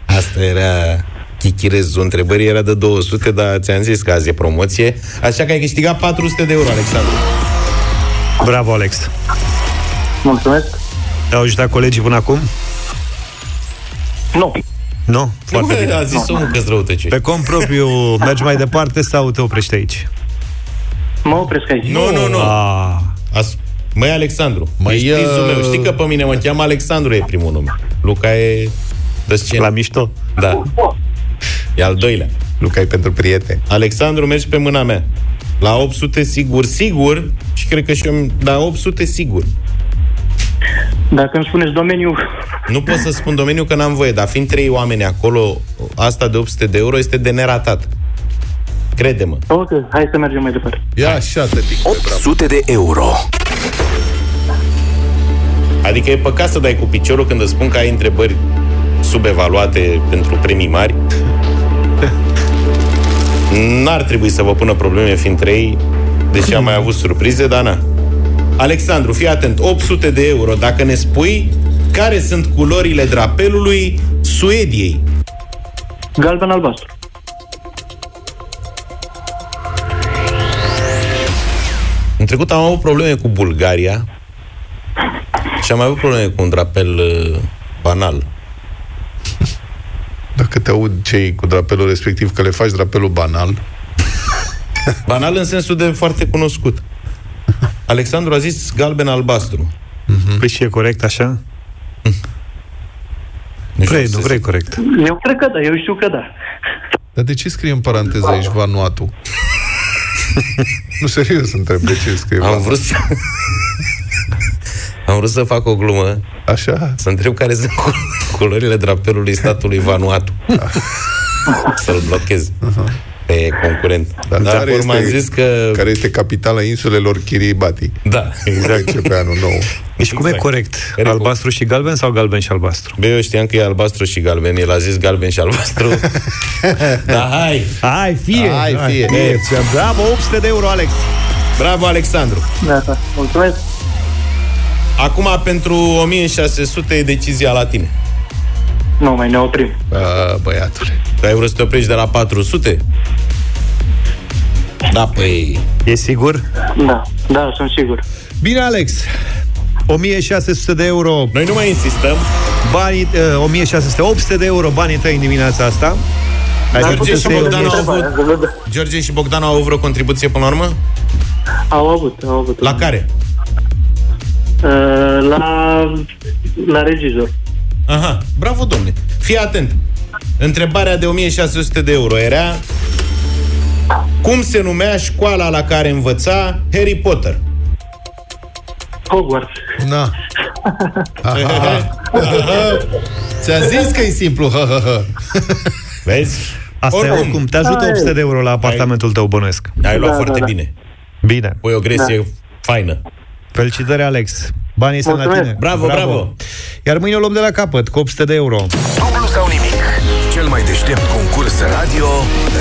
[SPEAKER 4] Asta era chichirezul întrebării, era de 200, dar ți-am zis că azi e promoție. Așa că ai câștigat 400 de euro, Alexandru.
[SPEAKER 2] Bravo, Alex.
[SPEAKER 11] Mulțumesc.
[SPEAKER 2] Te-au ajutat colegii până acum?
[SPEAKER 11] Nu.
[SPEAKER 2] Nu? Foarte
[SPEAKER 4] Bă,
[SPEAKER 3] da.
[SPEAKER 2] bine.
[SPEAKER 4] A zis omul că-s răutăcios.
[SPEAKER 2] Pe cont propriu mergi mai departe sau te oprești aici?
[SPEAKER 11] Mă opresc aici.
[SPEAKER 4] Nu, nu, nu.
[SPEAKER 2] Ah,
[SPEAKER 4] As... Măi, Alexandru,
[SPEAKER 3] Măi,
[SPEAKER 4] mai ești prințul
[SPEAKER 3] uh,
[SPEAKER 4] meu. Știi că pe mine mă cheamă Alexandru, e primul nume. Luca e de scenă.
[SPEAKER 2] la mișto.
[SPEAKER 4] Da. E al doilea.
[SPEAKER 3] Lucai pentru prieteni.
[SPEAKER 4] Alexandru, mergi pe mâna mea. La 800 sigur, sigur, și cred că și eu, la 800 sigur.
[SPEAKER 11] Dacă îmi spuneți domeniul,
[SPEAKER 4] Nu pot să spun domeniul că n-am voie, dar fiind trei oameni acolo, asta de 800 de euro este de neratat. Crede-mă.
[SPEAKER 11] ok, hai să mergem mai departe.
[SPEAKER 3] Ia așa, tătic.
[SPEAKER 1] 800 de euro.
[SPEAKER 4] Adică e păcat să dai cu piciorul când îți spun că ai întrebări subevaluate pentru premii mari. N-ar trebui să vă pună probleme fiind trei, deși am mai avut surprize, dar na. Alexandru, fii atent, 800 de euro, dacă ne spui care sunt culorile drapelului Suediei.
[SPEAKER 11] Galben albastru.
[SPEAKER 4] trecut am avut probleme cu Bulgaria și am mai avut probleme cu un drapel uh, banal.
[SPEAKER 3] Dacă te aud cei cu drapelul respectiv că le faci drapelul banal,
[SPEAKER 4] Banal în sensul de foarte cunoscut. Alexandru a zis galben-albastru.
[SPEAKER 2] Păi și e corect așa? Vrei, nu vrei corect.
[SPEAKER 13] Eu cred că da, eu știu că da.
[SPEAKER 3] Dar de ce scrie în paranteză aici Vanuatu? nu, serios întreb, de ce scrie
[SPEAKER 4] Am vrut să... (laughs) Am vrut să fac o glumă.
[SPEAKER 3] Așa?
[SPEAKER 4] Să întreb care sunt cu- culorile drapelului statului Vanuatu. Să-l blochez. Pe concurent.
[SPEAKER 3] Dar
[SPEAKER 4] Dar
[SPEAKER 3] care,
[SPEAKER 4] urmă am
[SPEAKER 3] este,
[SPEAKER 4] Da, zis că...
[SPEAKER 3] care este capitala insulelor Kiribati.
[SPEAKER 4] Da,
[SPEAKER 3] Exact. ce pe anul nou.
[SPEAKER 2] Deci cum e
[SPEAKER 4] Exact.
[SPEAKER 2] corect? Albastru și galben sau galben și albastru?
[SPEAKER 4] Bă, eu știam că e albastru și galben. El a zis galben și
[SPEAKER 2] (laughs)
[SPEAKER 4] albastru. da, hai!
[SPEAKER 2] Hai, fie!
[SPEAKER 4] Hai, fie.
[SPEAKER 2] fie. Bravo, 800 de euro, Alex!
[SPEAKER 4] Bravo, Alexandru!
[SPEAKER 13] Gata, mulțumesc.
[SPEAKER 4] Acum, pentru 1600, e decizia la tine.
[SPEAKER 13] Nu mai ne oprim.
[SPEAKER 3] Bă, băiatule.
[SPEAKER 4] Tu ai vrut să te oprești de la 400? Da, păi...
[SPEAKER 2] E sigur?
[SPEAKER 13] Da, da, sunt sigur.
[SPEAKER 2] Bine, Alex! 1600 de euro
[SPEAKER 4] Noi nu mai insistăm.
[SPEAKER 2] banii, eh, 1600, 800 de euro banii tăi în dimineața asta. Ai
[SPEAKER 13] Da,
[SPEAKER 4] Dar
[SPEAKER 2] făcut
[SPEAKER 4] George și
[SPEAKER 2] să iei
[SPEAKER 4] Bogdan au
[SPEAKER 2] 1000.
[SPEAKER 4] avut... George și Bogdan au avut vreo contribuție până la urmă?
[SPEAKER 13] Au avut, au avut.
[SPEAKER 4] La care?
[SPEAKER 13] Uh, la, la regizor.
[SPEAKER 4] Aha, bravo, domne. Fii atent. Întrebarea de 1600 de euro era... Cum se numea școala la care învăța Harry Potter?
[SPEAKER 13] Hogwarts.
[SPEAKER 3] Na. Aha. Aha. Ți-a zis că e simplu. Ha, ha, ha.
[SPEAKER 4] Vezi?
[SPEAKER 2] Asta oricum. e oricum. Te ajută
[SPEAKER 13] Hai.
[SPEAKER 2] 800 de euro la apartamentul tău, bănuiesc.
[SPEAKER 4] Ai luat
[SPEAKER 13] Da, da,
[SPEAKER 4] foarte
[SPEAKER 13] da.
[SPEAKER 4] bine.
[SPEAKER 2] Bine.
[SPEAKER 4] Păi o gresie faină.
[SPEAKER 2] Felicitări, Alex. Banii sunt la
[SPEAKER 13] Mulțumesc.
[SPEAKER 2] tine.
[SPEAKER 4] Bravo, bravo.
[SPEAKER 2] Iar mâine o luăm de la capăt, cu 800 de euro.
[SPEAKER 1] Dublu sau nimic. Cel mai deștept concurs radio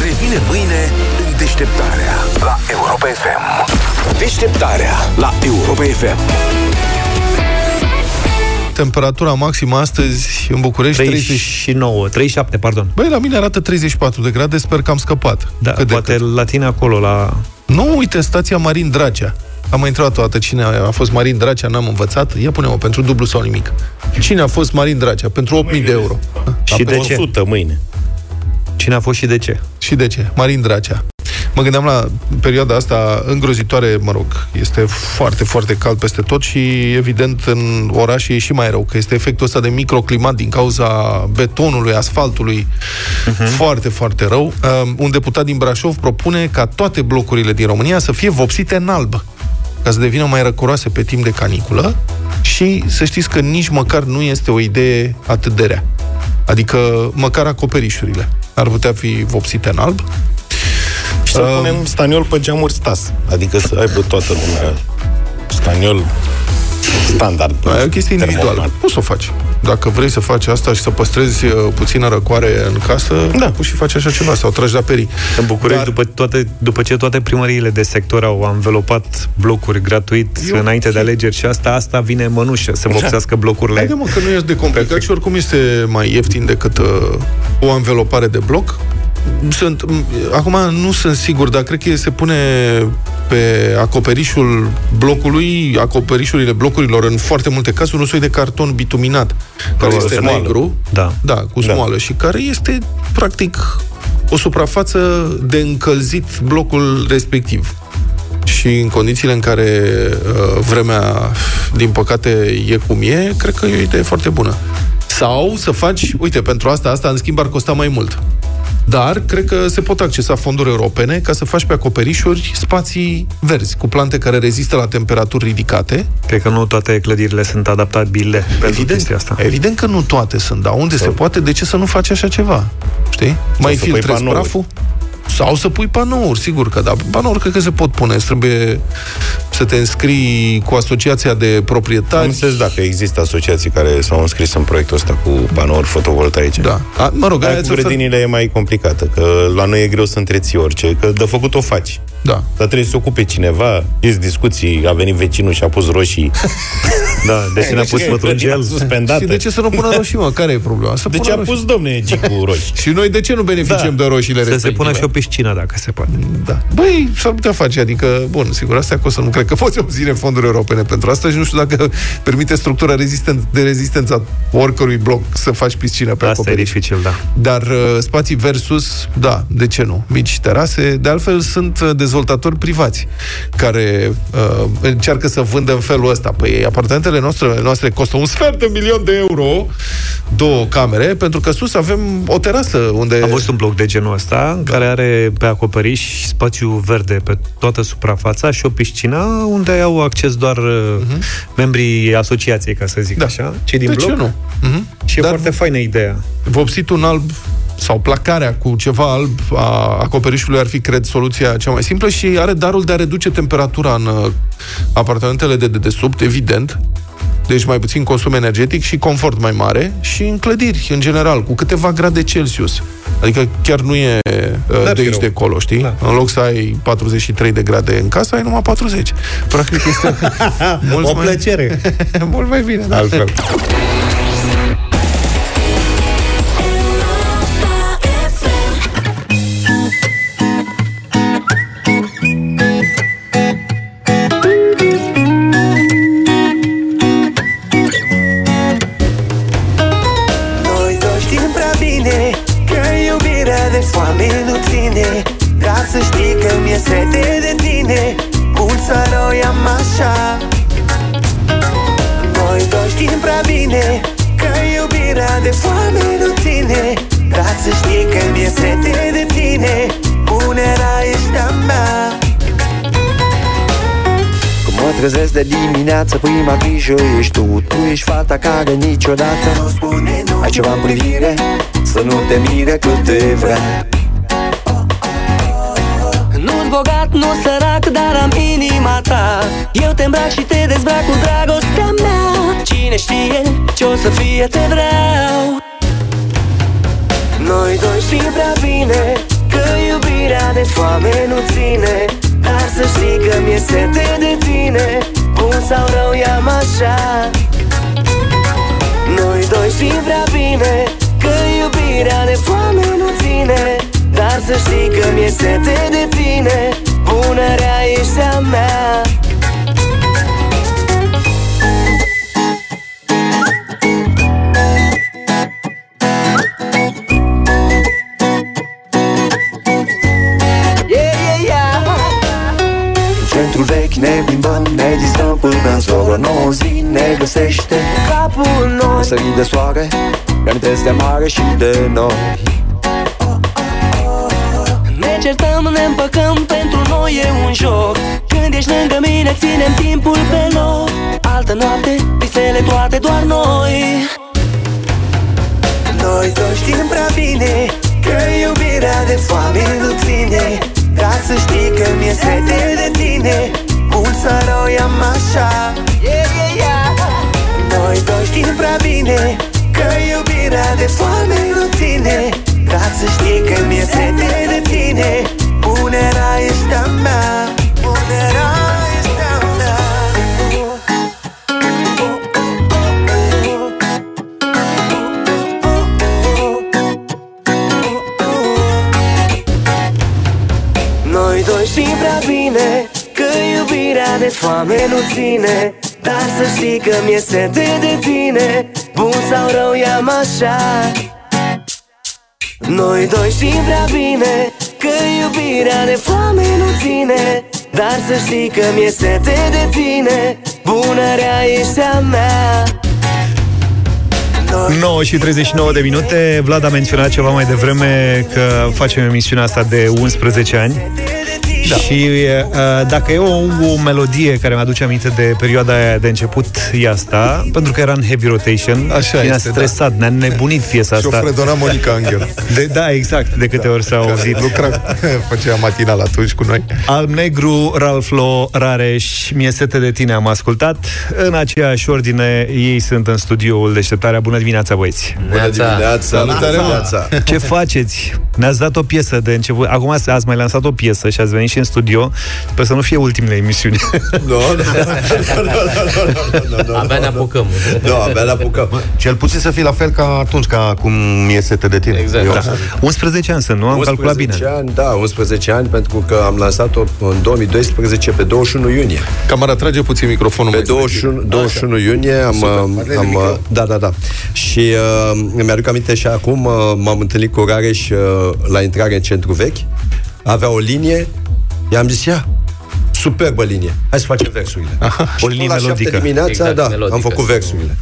[SPEAKER 1] revine mâine în deșteptarea la Europa FM. Deșteptarea la Europa FM.
[SPEAKER 3] Temperatura maximă astăzi în București 30.
[SPEAKER 2] 39, 37, pardon.
[SPEAKER 3] Băi, la mine arată 34 de grade, sper că am scăpat.
[SPEAKER 2] Da,
[SPEAKER 3] Cât de
[SPEAKER 2] poate
[SPEAKER 3] cât.
[SPEAKER 2] la tine acolo, la...
[SPEAKER 3] Nu, uite, stația Marin Dracea. Am mai intrat o dată cine a a fost Marin Dracea, n-am învățat. Ia punem-o pentru dublu sau nimic. Cine a fost Marin Dracea? Pentru 8000 de euro. Da,
[SPEAKER 2] Și de ce?
[SPEAKER 4] 100 mâine.
[SPEAKER 2] Cine a fost și de ce?
[SPEAKER 3] Și de ce? Marin Dracea. Mă gândeam la perioada asta îngrozitoare, mă rog, este foarte, foarte cald peste tot și, evident, în oraș e și mai rău, că este efectul ăsta de microclimat din cauza betonului, asfaltului,
[SPEAKER 2] Mhm.
[SPEAKER 3] foarte, foarte rău. Um, Un deputat din Brașov propune ca toate blocurile din România să fie vopsite în alb, ca să devină mai răcoroase pe timp de caniculă și să știți că nici măcar nu este o idee atât de rea. Adică măcar acoperișurile ar putea fi vopsite în alb.
[SPEAKER 4] Și să punem staniol pe geamuri stas. Adică să aibă toată lumea staniol standard.
[SPEAKER 3] Aia Da, e o chestie individuală.
[SPEAKER 4] Termomat.
[SPEAKER 3] Poți să o faci. Dacă vrei să faci asta și să păstrezi uh, puțină răcoare în casă, da. poți și faci așa ceva sau tragi de aperii.
[SPEAKER 2] În București,
[SPEAKER 3] Dar-
[SPEAKER 2] Dar... după, toate, după ce toate primăriile de sector au învelopat blocuri gratuit
[SPEAKER 3] Eu-
[SPEAKER 2] Eu... înainte de alegeri și asta, asta vine în mănușă,
[SPEAKER 3] Da.
[SPEAKER 2] să vopsească blocurile.
[SPEAKER 3] Haide mă, că nu ești de complicat și oricum este mai ieftin decât uh, o învelopare de bloc. Sunt, m- acum nu sunt sigur, dar cred că se pune pe acoperișul blocului, acoperișurile blocurilor în foarte multe cazuri, un soi de carton bituminat, care
[SPEAKER 4] Cu
[SPEAKER 3] este
[SPEAKER 4] smoală.
[SPEAKER 3] negru,
[SPEAKER 2] Da.
[SPEAKER 3] da, cu
[SPEAKER 4] Da.
[SPEAKER 3] smoală și care este practic o suprafață de încălzit blocul respectiv. Și în condițiile în care uh, vremea, din păcate, e cum e, cred că e o idee foarte bună. Sau să faci, uite, pentru asta, asta în schimb ar costa mai mult. Dar cred că se pot accesa fonduri europene ca să faci pe acoperișuri spații verzi, cu plante care rezistă la temperaturi ridicate.
[SPEAKER 2] Cred că nu toate clădirile sunt adaptabile pentru chestia asta.
[SPEAKER 3] evident că nu toate sunt, dar unde se poate, de ce să nu faci așa ceva? Știi? Mai
[SPEAKER 4] să pui
[SPEAKER 3] filtrezi
[SPEAKER 4] panouri.
[SPEAKER 3] praful? Sau să pui panouri, sigur că da. Panouri cred că se pot pune. Îți Trebuie să te înscrii cu asociația de
[SPEAKER 4] Am
[SPEAKER 3] proprietari.
[SPEAKER 4] înțeles da. dacă există asociații care s-au înscris în proiectul ăsta cu panouri fotovoltaice.
[SPEAKER 3] Da. A, mă rog,
[SPEAKER 4] Dar
[SPEAKER 3] aia
[SPEAKER 4] cu
[SPEAKER 3] îți oferă-
[SPEAKER 4] grădinile e mai complicată, că la noi e greu să întreții orice, că de făcut o faci.
[SPEAKER 3] Da. Dar
[SPEAKER 4] trebuie să se ocupe cineva, ies discuții, a venit vecinul și a pus roșii.
[SPEAKER 2] da, de ce n-a pus mătrungel?
[SPEAKER 4] Suspendată.
[SPEAKER 3] Și de ce să nu pună roșii, mă? Care e problema? Să
[SPEAKER 4] de ce a pus, domne, Gicu roșii?
[SPEAKER 3] și noi de ce nu beneficiem da. de roșiile
[SPEAKER 2] Să se pună și o piscină, dacă se poate.
[SPEAKER 3] Da. Băi, s-ar putea face, adică, bun, sigur, asta că o să nu cred că poți obține fonduri europene pentru asta și nu știu dacă permite structura rezisten- de rezistență a oricărui bloc să faci piscină pe
[SPEAKER 2] Asta acoperiș.
[SPEAKER 3] e
[SPEAKER 2] dificil, da.
[SPEAKER 3] Dar uh, spații versus, da, de ce nu? Mici terase, de altfel sunt uh, dezvoltatori privați care uh, încearcă să vândă în felul ăsta. Păi apartamentele noastre, noastre costă un sfert de milion de euro, două camere, pentru că sus avem o terasă unde...
[SPEAKER 2] Am văzut un bloc de genul ăsta, da. care are pe acoperiș spațiu verde pe toată suprafața și o piscină unde au acces doar uh-huh. membrii asociației, ca să zic da. așa, cei din
[SPEAKER 3] de
[SPEAKER 2] bloc.
[SPEAKER 3] Ce nu? Uh-huh.
[SPEAKER 2] Și Dar e foarte faină ideea.
[SPEAKER 3] Vopsitul alb sau placarea cu ceva alb a acoperișului ar fi, cred, soluția cea mai simplă și are darul de a reduce temperatura în uh, apartamentele de dedesubt, evident, deci mai puțin consum energetic și confort mai mare și în clădiri, în general, cu câteva grade Celsius. Adică chiar nu e uh, de aici de acolo, știi? Da. În loc să ai 43 de grade în casă, ai numai 40. Practic este (laughs)
[SPEAKER 2] mult o mai... plăcere.
[SPEAKER 3] mult mai bine, da?
[SPEAKER 4] Altfel.
[SPEAKER 14] trezesc de dimineață Prima grijă ești tu Tu ești fata care niciodată Nu spune nu Ai ceva în privire Să nu te mire cât te vrea
[SPEAKER 15] Nu-s bogat, nu sărac, dar am inima ta Eu te îmbrac și te dezbrac cu dragostea mea Cine știe ce o să fie, te vreau Noi doi știm prea bine Că iubirea de foame nu ține dar să știi că mi-e sete de tine Bun sau rău i-am așa Noi doi știm prea bine Că iubirea de foame nu ține Dar să știi că mi-e sete de tine Bună rea ești a mea
[SPEAKER 14] Centrul vechi ne plimbăm, ne distrăm până în zoră Nouă zi ne găsește
[SPEAKER 15] capul noi
[SPEAKER 14] Sări de soare, mi-amintesc de mare și de noi
[SPEAKER 15] Ne certăm, ne împăcăm, pentru noi e un joc Când ești lângă mine, ținem timpul pe loc Altă noapte, visele toate doar noi Noi doi știm prea bine Că iubirea de foame nu ține dar să știi că mi-e sete de tine Un săroi am așa yeah, yeah, yeah. Noi doi știm prea bine Că iubirea de foame nu ține Dar să știi că mi-e sete de tine Bunera ești a mea Bunera ești a mea Oh, oh. doi știm prea bine Că iubirea de foame nu ține Dar să știi că mi-e sete de tine Bun sau rău i-am așa Noi doi știm prea bine Că iubirea de foame nu ține Dar să știi că mi-e sete de tine Bună rea ești a mea
[SPEAKER 2] 9 și 39 de minute Vlad a menționat ceva mai devreme Că facem emisiunea asta de 11 ani da. Și uh, dacă e o, o melodie care mi-aduce aminte de perioada aia de început, e asta, pentru că era în heavy rotation,
[SPEAKER 3] Așa
[SPEAKER 2] ne-a
[SPEAKER 3] este,
[SPEAKER 2] stresat, da. ne-a nebunit piesa asta.
[SPEAKER 3] Și-o fredona Monica Angel.
[SPEAKER 2] De, da, exact, de câte da, ori s-a auzit.
[SPEAKER 3] Lucra, (laughs) făcea matinal atunci cu noi.
[SPEAKER 2] Al negru, Ralph Lo, Rareș, Mie sete de tine am ascultat. În aceeași ordine, ei sunt în studioul Deșteptarea. Bună dimineața, băieți!
[SPEAKER 4] Bună dimineața!
[SPEAKER 3] Bună dimineața!
[SPEAKER 2] Ce faceți? Ne-ați dat o piesă de început. Acum ați mai lansat o piesă și ați venit și și în studio. Sper să nu fie ultimele emisiuni.
[SPEAKER 3] Nu, nu,
[SPEAKER 16] Abia ne apucăm.
[SPEAKER 3] Da, abia la apucăm.
[SPEAKER 17] (laughs) Cel puțin să fii la fel ca atunci, ca cum e sete de tine.
[SPEAKER 16] Exact.
[SPEAKER 2] Da. 11 ani sunt, nu? Am calculat bine.
[SPEAKER 17] ani, da, 11 ani, pentru că am lansat-o în 2012, pe 21 iunie.
[SPEAKER 3] Camara, trage puțin microfonul.
[SPEAKER 17] Pe
[SPEAKER 3] mai spre
[SPEAKER 17] 21,
[SPEAKER 3] tine.
[SPEAKER 17] 21 iunie am...
[SPEAKER 3] Super, parle de
[SPEAKER 17] am
[SPEAKER 3] micro.
[SPEAKER 17] da, da, da. Și uh, îmi aduc aminte și acum, uh, m-am întâlnit cu Rareș uh, la intrare în centru vechi. Avea o linie, i-am zis, ia, superbă linie, hai să facem versurile. Aha,
[SPEAKER 2] o linie
[SPEAKER 17] la șapte
[SPEAKER 2] melodică.
[SPEAKER 17] dimineața,
[SPEAKER 16] Exact,
[SPEAKER 17] da,
[SPEAKER 16] melodică.
[SPEAKER 17] am făcut versurile.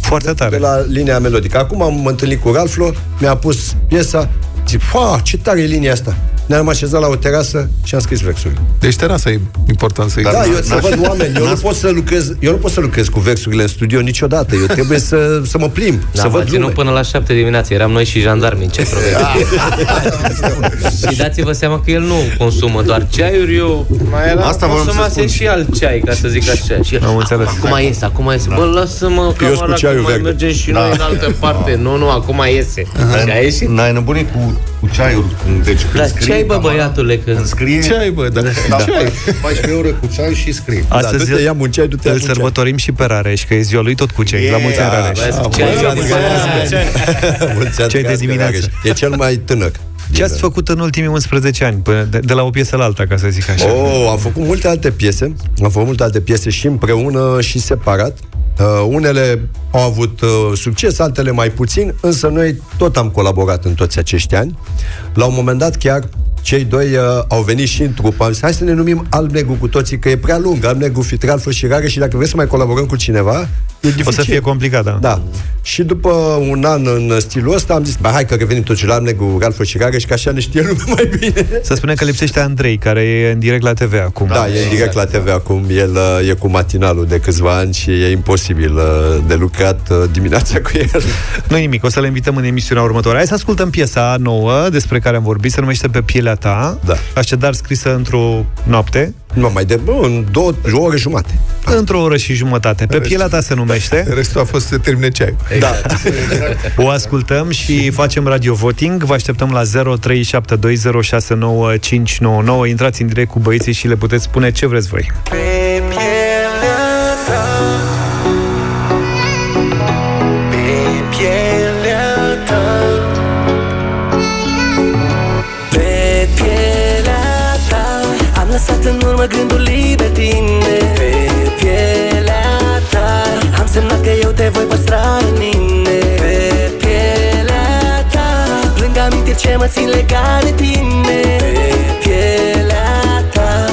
[SPEAKER 2] Foarte
[SPEAKER 17] De
[SPEAKER 2] tare.
[SPEAKER 17] la linia melodică. Acum am întâlnit cu Ralflo, mi-a pus piesa, zic, fa, ce tare e linia asta. Ne-am așezat la o terasă și am scris versurile.
[SPEAKER 3] Deci terasa e important să
[SPEAKER 17] Da, eu să văd oameni, eu nu, pot să lucrez, eu nu pot să lucrez cu versurile în studio niciodată. Eu trebuie să, să mă plimb,
[SPEAKER 16] Da,
[SPEAKER 17] să
[SPEAKER 16] văd
[SPEAKER 17] văd lume.
[SPEAKER 16] ținut până la 7 dimineața. Eram noi și jandarmi în (laughs) centru. și dați-vă seama că el nu consumă doar ceaiuri, eu mai era
[SPEAKER 17] Asta voiam să
[SPEAKER 16] consumase și alt ceai, ca să zic așa. Și el,
[SPEAKER 2] Am înțeles.
[SPEAKER 16] Acum iese, acum iese. Bă, lasă-mă, că
[SPEAKER 17] cu ceaiul
[SPEAKER 16] mai
[SPEAKER 17] verde.
[SPEAKER 16] mergem și noi în altă parte. Nu, nu, acum iese. Și a ieșit.
[SPEAKER 17] N-ai nebunit cu, cu ceaiul. Deci
[SPEAKER 16] Da, ce ai, bă, băiatule, că
[SPEAKER 17] scrie...
[SPEAKER 3] Ce ai, bă, da. Ce ai?
[SPEAKER 17] 14 euro cu ceai și scrie.
[SPEAKER 2] Astăzi
[SPEAKER 17] Astăzi da, du-te, ia un ceai,
[SPEAKER 2] Îl
[SPEAKER 17] du-te ia un ceai.
[SPEAKER 2] sărbătorim și pe Rareș, că e ziua lui tot cu cei. La mulți ani, Rareș.
[SPEAKER 16] Vezi,
[SPEAKER 17] Ah,
[SPEAKER 16] ce ai
[SPEAKER 17] bă,
[SPEAKER 16] zis?
[SPEAKER 17] adică-
[SPEAKER 2] (laughs)
[SPEAKER 17] Mulți ani
[SPEAKER 2] Ceai de
[SPEAKER 17] cască,
[SPEAKER 2] dimineață.
[SPEAKER 17] Rareș. E cel mai tânăr.
[SPEAKER 2] Ce ați făcut în ultimii 11 ani, până de, de la o piesă la alta, ca să zic așa?
[SPEAKER 17] Oh, am făcut multe alte piese. Am făcut multe alte piese și împreună și separat. Uh, unele au avut uh, succes, altele mai puțin, însă noi tot am colaborat în toți acești ani. La un moment dat chiar cei doi uh, au venit și în trupă. Am zis, hai să ne numim Alb-Negru cu toții, că e prea lung. Alb-Negru, Fitral, și Rare și dacă vreți să mai colaborăm cu cineva, e dificil.
[SPEAKER 2] o să fie complicat, da.
[SPEAKER 17] Da. Și după un an în stilul ăsta am zis, bă, hai că revenim toți la Alb-Negru, Ralfo și Rare și că așa ne știe lumea mai bine.
[SPEAKER 2] Să spunem că lipsește Andrei, care e în direct la TV acum.
[SPEAKER 17] Da, e direct la TV acum, el uh, e cu matinalul de câțiva ani și e imposibil uh, de lucrat uh, dimineața cu el.
[SPEAKER 2] nu nimic, o să le invităm în emisiunea următoare. Hai să ascultăm piesa nouă despre care am vorbit, se numește Pe pielea ta,
[SPEAKER 17] Da.
[SPEAKER 2] așadar scrisă într-o noapte,
[SPEAKER 17] Nu mai de, bă, în două o ore jumate.
[SPEAKER 2] într-o oră și jumătate. Pe pielea ta se numește,
[SPEAKER 3] Restul a fost să termine Da. ceai.
[SPEAKER 16] Exact.
[SPEAKER 2] o ascultăm și facem radio voting. Vă așteptăm la 0372069599. Intrați în direct cu băieții și le puteți spune ce vreți voi.
[SPEAKER 15] Pe pielea ta Pe pielea ta Pe pielea ta Am lăsat în urmă gândurile de tine Pe pielea ta Am semnat că eu te voi păstra în mine Pe pielea ta Plâng amintiri ce mă țin legat de tine Pe pielea ta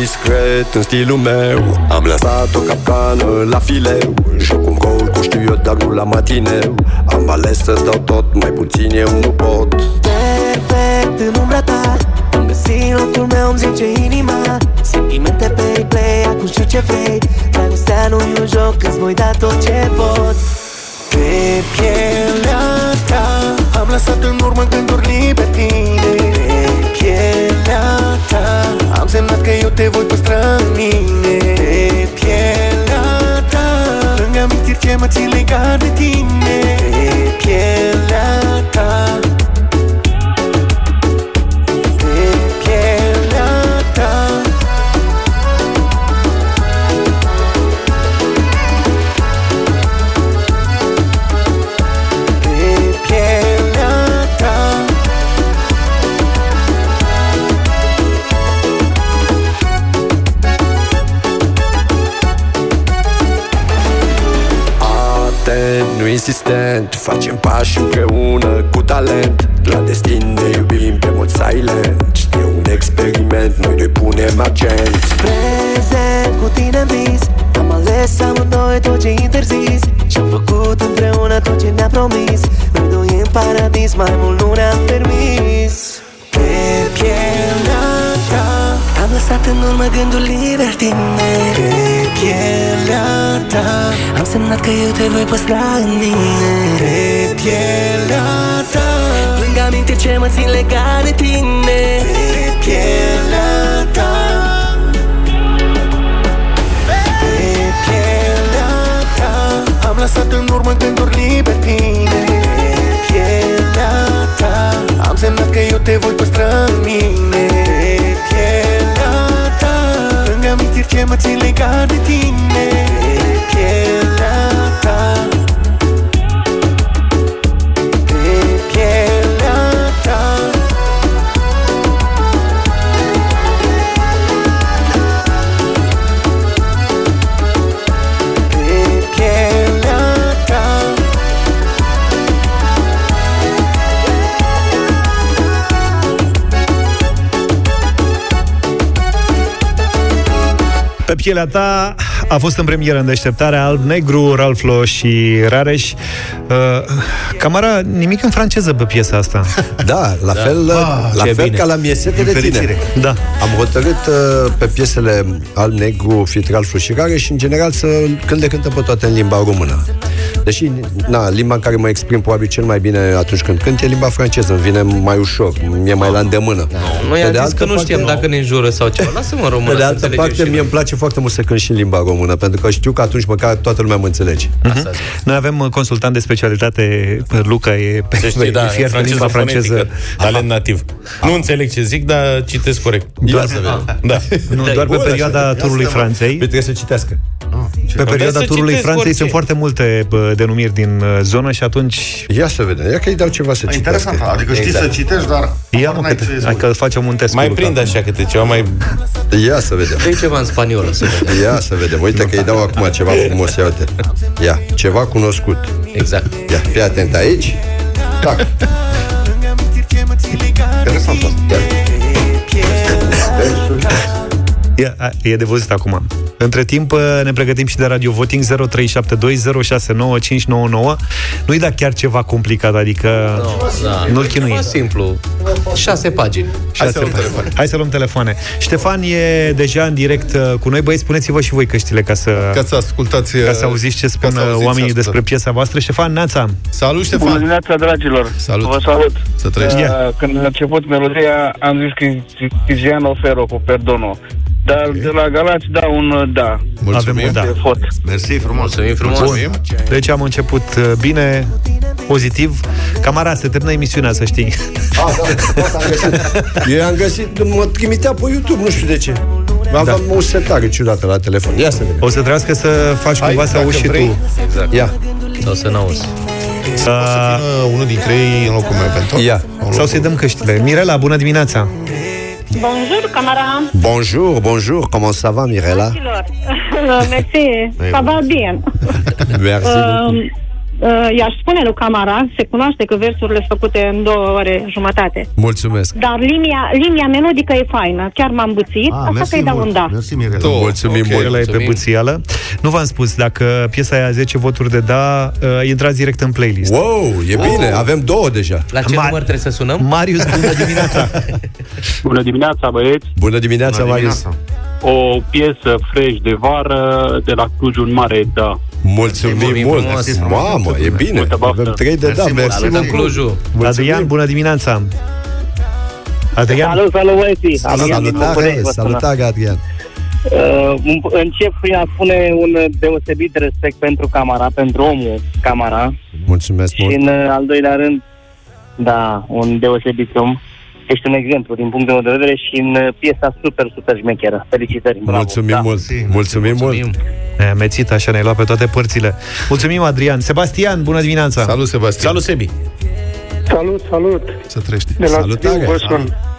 [SPEAKER 17] Discret în stilul meu Am lăsat o capcană la fileu Joc un gol cu știu eu, dar nu la matineu Am ales să-ți dau tot, mai puțin eu nu pot
[SPEAKER 15] perfect în umbra ta Am găsit locul meu, îmi zice inima Sentimente pe replay, acum știu ce vrei Dragostea nu e un joc, îți voi da tot ce pot Pe pielea ta Am lăsat în urmă gânduri libertine Pe pielea ta Am semnat că eu te voi păstra în mine Pe pielea ta Lângă amintiri ce mă țin legat de tine Pe pielea ta pe pielea ta Pe pielea ta
[SPEAKER 17] Atent, nu insistent Facem pași împreună cu talent La destin ne iubim pe mod silent E un experiment, noi ne punem accent
[SPEAKER 15] Prezent cu tine în vis Am ales amândoi tot ce interzis Și-am făcut împreună tot ce ne-am promis Noi doi în paradis, mai mult nu ne-am permis Pe pielea ta Am lăsat în urmă gândul liber din Pe pielea ta Am semnat că eu te voi păstra în mine Pe pielea ta Plâng amintiri ce mă țin legat de tine Pe pielea ta pe pielea ta Am lăsat în urmă gânduri libertine Pe pielea doar de tine Pielea ta Pe pielea ta Pe pielea ta
[SPEAKER 2] Pe pielea ta a fost în premieră în deșteptarea Alb-Negru, Ralflo și Rareș. Uh, Camara, nimic în franceză pe piesa
[SPEAKER 4] (laughs)
[SPEAKER 2] asta.
[SPEAKER 17] Da, la
[SPEAKER 2] Da.
[SPEAKER 17] fel,
[SPEAKER 2] Ah,
[SPEAKER 17] la
[SPEAKER 2] ce
[SPEAKER 17] fel
[SPEAKER 2] bine.
[SPEAKER 17] ca la miesete
[SPEAKER 2] Din
[SPEAKER 17] de tine.
[SPEAKER 2] fericire. Da.
[SPEAKER 17] Am hotărât uh, pe piesele al negru, fitral, frușirare și în general să când le cântăm pe toate în limba română. Deși, na, limba în care mă exprim probabil cel mai bine atunci când cânt e limba franceză, îmi vine mai ușor, mi-e mai la îndemână.
[SPEAKER 16] Noi
[SPEAKER 17] Pe
[SPEAKER 16] am
[SPEAKER 17] de
[SPEAKER 16] zis
[SPEAKER 17] altă
[SPEAKER 16] că nu știam
[SPEAKER 17] parte-
[SPEAKER 16] dacă ne înjură sau ceva. Lasă-mă în română
[SPEAKER 17] Pe de
[SPEAKER 16] să
[SPEAKER 17] altă
[SPEAKER 16] înțelegem
[SPEAKER 17] parte,
[SPEAKER 16] și
[SPEAKER 17] mie îmi place foarte mult să cânt și în limba română, pentru că știu că atunci măcar toată lumea mă înțelege.
[SPEAKER 2] Mhm. Noi avem uh, consultant de specialitate, Luca e pe
[SPEAKER 4] Să știi, da,
[SPEAKER 2] e fier în
[SPEAKER 4] franceză
[SPEAKER 2] limba franceză.
[SPEAKER 4] fonetică, talent nativ. Nu înțeleg ce zic, dar citesc corect.
[SPEAKER 2] Doar-
[SPEAKER 4] Da.
[SPEAKER 2] Nu, doar pe perioada turului Franței.
[SPEAKER 17] Trebuie să citească.
[SPEAKER 3] Ah,
[SPEAKER 2] Pe perioada
[SPEAKER 4] Trebuie să
[SPEAKER 2] turului
[SPEAKER 4] citesc
[SPEAKER 2] Franței
[SPEAKER 4] orice.
[SPEAKER 2] sunt foarte multe bă, denumiri din uh, zonă și atunci...
[SPEAKER 17] Ia să vedem, ia că îi dau ceva să
[SPEAKER 18] Interesant, adică știi
[SPEAKER 16] Exact.
[SPEAKER 18] să citești, dar
[SPEAKER 2] Ia mă, câte- hai că facem un test.
[SPEAKER 4] Mai prind așa câte ceva, mai...
[SPEAKER 17] Ia să vedem.
[SPEAKER 16] Dă-i ceva în spaniolă să vedem.
[SPEAKER 17] Ia să vedem, uite că îi dau acum ceva frumos, ia uite. Ia, ceva cunoscut.
[SPEAKER 16] Exact.
[SPEAKER 17] Ia, fii atent aici. Tac.
[SPEAKER 18] Interesant asta.
[SPEAKER 2] E, a, e de văzut acum. Între timp uh, ne pregătim și de Radio Voting 0372069599. Nu-i da chiar ceva complicat, adică
[SPEAKER 16] Da.
[SPEAKER 2] nu-l chinui.
[SPEAKER 16] Ceva simplu. Șase pagini.
[SPEAKER 2] Hai să, luăm telefoane. Hai să luăm telefoane. Ștefan e deja în direct uh, cu noi. Băieți, spuneți-vă și voi căștile ca să,
[SPEAKER 3] Ca să ascultați, uh,
[SPEAKER 2] ca să auziți ce
[SPEAKER 3] ca
[SPEAKER 2] spun
[SPEAKER 17] uh,
[SPEAKER 2] uh,
[SPEAKER 3] să auziți
[SPEAKER 2] oamenii
[SPEAKER 3] asta.
[SPEAKER 2] despre piesa voastră. Ștefan, neața!
[SPEAKER 3] Salut, Ștefan!
[SPEAKER 19] Bună dimineața, dragilor!
[SPEAKER 3] Salut!
[SPEAKER 19] Vă salut!
[SPEAKER 3] Să trăiești.
[SPEAKER 19] Uh, când a început melodia, am zis că Tizian oferă cu perdonul. Dar de la Galați, da, un uh, da.
[SPEAKER 2] Mulțumim. Avem un da.
[SPEAKER 19] De Fot.
[SPEAKER 18] Mersi frumos!
[SPEAKER 16] Mulțumim frumos.
[SPEAKER 2] Bun.
[SPEAKER 17] Ah,
[SPEAKER 2] Deci am început uh, bine, pozitiv. Camara, se termină emisiunea, să știi.
[SPEAKER 17] A, da, gata, am găsit. Eu am găsit, mă trimitea pe YouTube, nu știu de ce. Aveam da. o setare ciudată la telefon. Ia să vedem.
[SPEAKER 2] O să trească să faci cumva să auzi și tu.
[SPEAKER 17] Exact. Ia.
[SPEAKER 16] Sau să n-auzi.
[SPEAKER 2] Să
[SPEAKER 3] vină unul dintre ei în locul meu eventual.
[SPEAKER 17] Ia.
[SPEAKER 2] Uh, Sau să-i dăm căștile. Mirela, bună dimineața!
[SPEAKER 12] Bonjour, camara.
[SPEAKER 17] Bonjour, bonjour, comment ça va, Mirela?
[SPEAKER 12] Dragilor. (laughs) Uh, Mersi, ça va bien.
[SPEAKER 17] Merci
[SPEAKER 20] Ah.
[SPEAKER 12] Uh, uh, I-aș spune lui Camara, se cunoaște că versurile sunt făcute în două ore jumătate.
[SPEAKER 17] Mulțumesc.
[SPEAKER 12] Dar linia, linia melodică e faină, chiar m-am buțit,
[SPEAKER 18] Ah,
[SPEAKER 12] așa
[SPEAKER 18] mersi
[SPEAKER 12] că îi dau
[SPEAKER 18] mult.
[SPEAKER 12] un da.
[SPEAKER 18] Mersi, Mirela.
[SPEAKER 17] Tu, mulțumim
[SPEAKER 2] Ok,
[SPEAKER 17] mult.
[SPEAKER 2] ăla e pe
[SPEAKER 17] Mulțumim.
[SPEAKER 2] buțială. Nu v-am spus, dacă piesa aia 10 voturi de da, uh, intrați direct în playlist.
[SPEAKER 17] Wow, e bine, avem două deja.
[SPEAKER 16] La ce număr trebuie să sunăm?
[SPEAKER 2] Marius, bună dimineața!
[SPEAKER 21] Bună dimineața, băieți!
[SPEAKER 17] Bună dimineața,
[SPEAKER 21] Bună
[SPEAKER 17] Marius.
[SPEAKER 21] O piesă fresh de vară de la Clujul Mare, da.
[SPEAKER 17] Mulțumim mult.
[SPEAKER 21] frumos.
[SPEAKER 17] Mamă, e bine.
[SPEAKER 21] Multă baftă.
[SPEAKER 17] Avem trei de
[SPEAKER 21] Mersi
[SPEAKER 17] da,
[SPEAKER 21] mult.
[SPEAKER 17] mersi
[SPEAKER 21] Salutăm
[SPEAKER 17] mult.
[SPEAKER 21] Clujul.
[SPEAKER 2] Adrian, bună dimineața! Adrian?
[SPEAKER 7] Salut, salut, băieții! Adrian din
[SPEAKER 17] Salutare,
[SPEAKER 7] București vă sună.
[SPEAKER 17] salutare, Adrian.
[SPEAKER 7] Uh, încep prin a spune un deosebit respect pentru Camara, pentru omul Camara.
[SPEAKER 17] Mulțumesc
[SPEAKER 7] Și
[SPEAKER 17] mult.
[SPEAKER 7] în uh, al doilea rând, da, un deosebit om. Ești un exemplu din punct de vedere și în uh, piesa super, super șmecheră. Felicitări! Bravo.
[SPEAKER 17] Mulțumim mult. Da. Mulțumim mult.
[SPEAKER 2] Ne-a mețit, așa ne-ai luat pe toate părțile. Mulțumim, Adrian. Sebastian, bună dimineața!
[SPEAKER 3] Salut, Sebastian!
[SPEAKER 4] Salut, Sebi!
[SPEAKER 20] Salut, salut!
[SPEAKER 3] Să trăiești.
[SPEAKER 20] De la
[SPEAKER 3] Salutare.
[SPEAKER 20] Sibiu vă sun.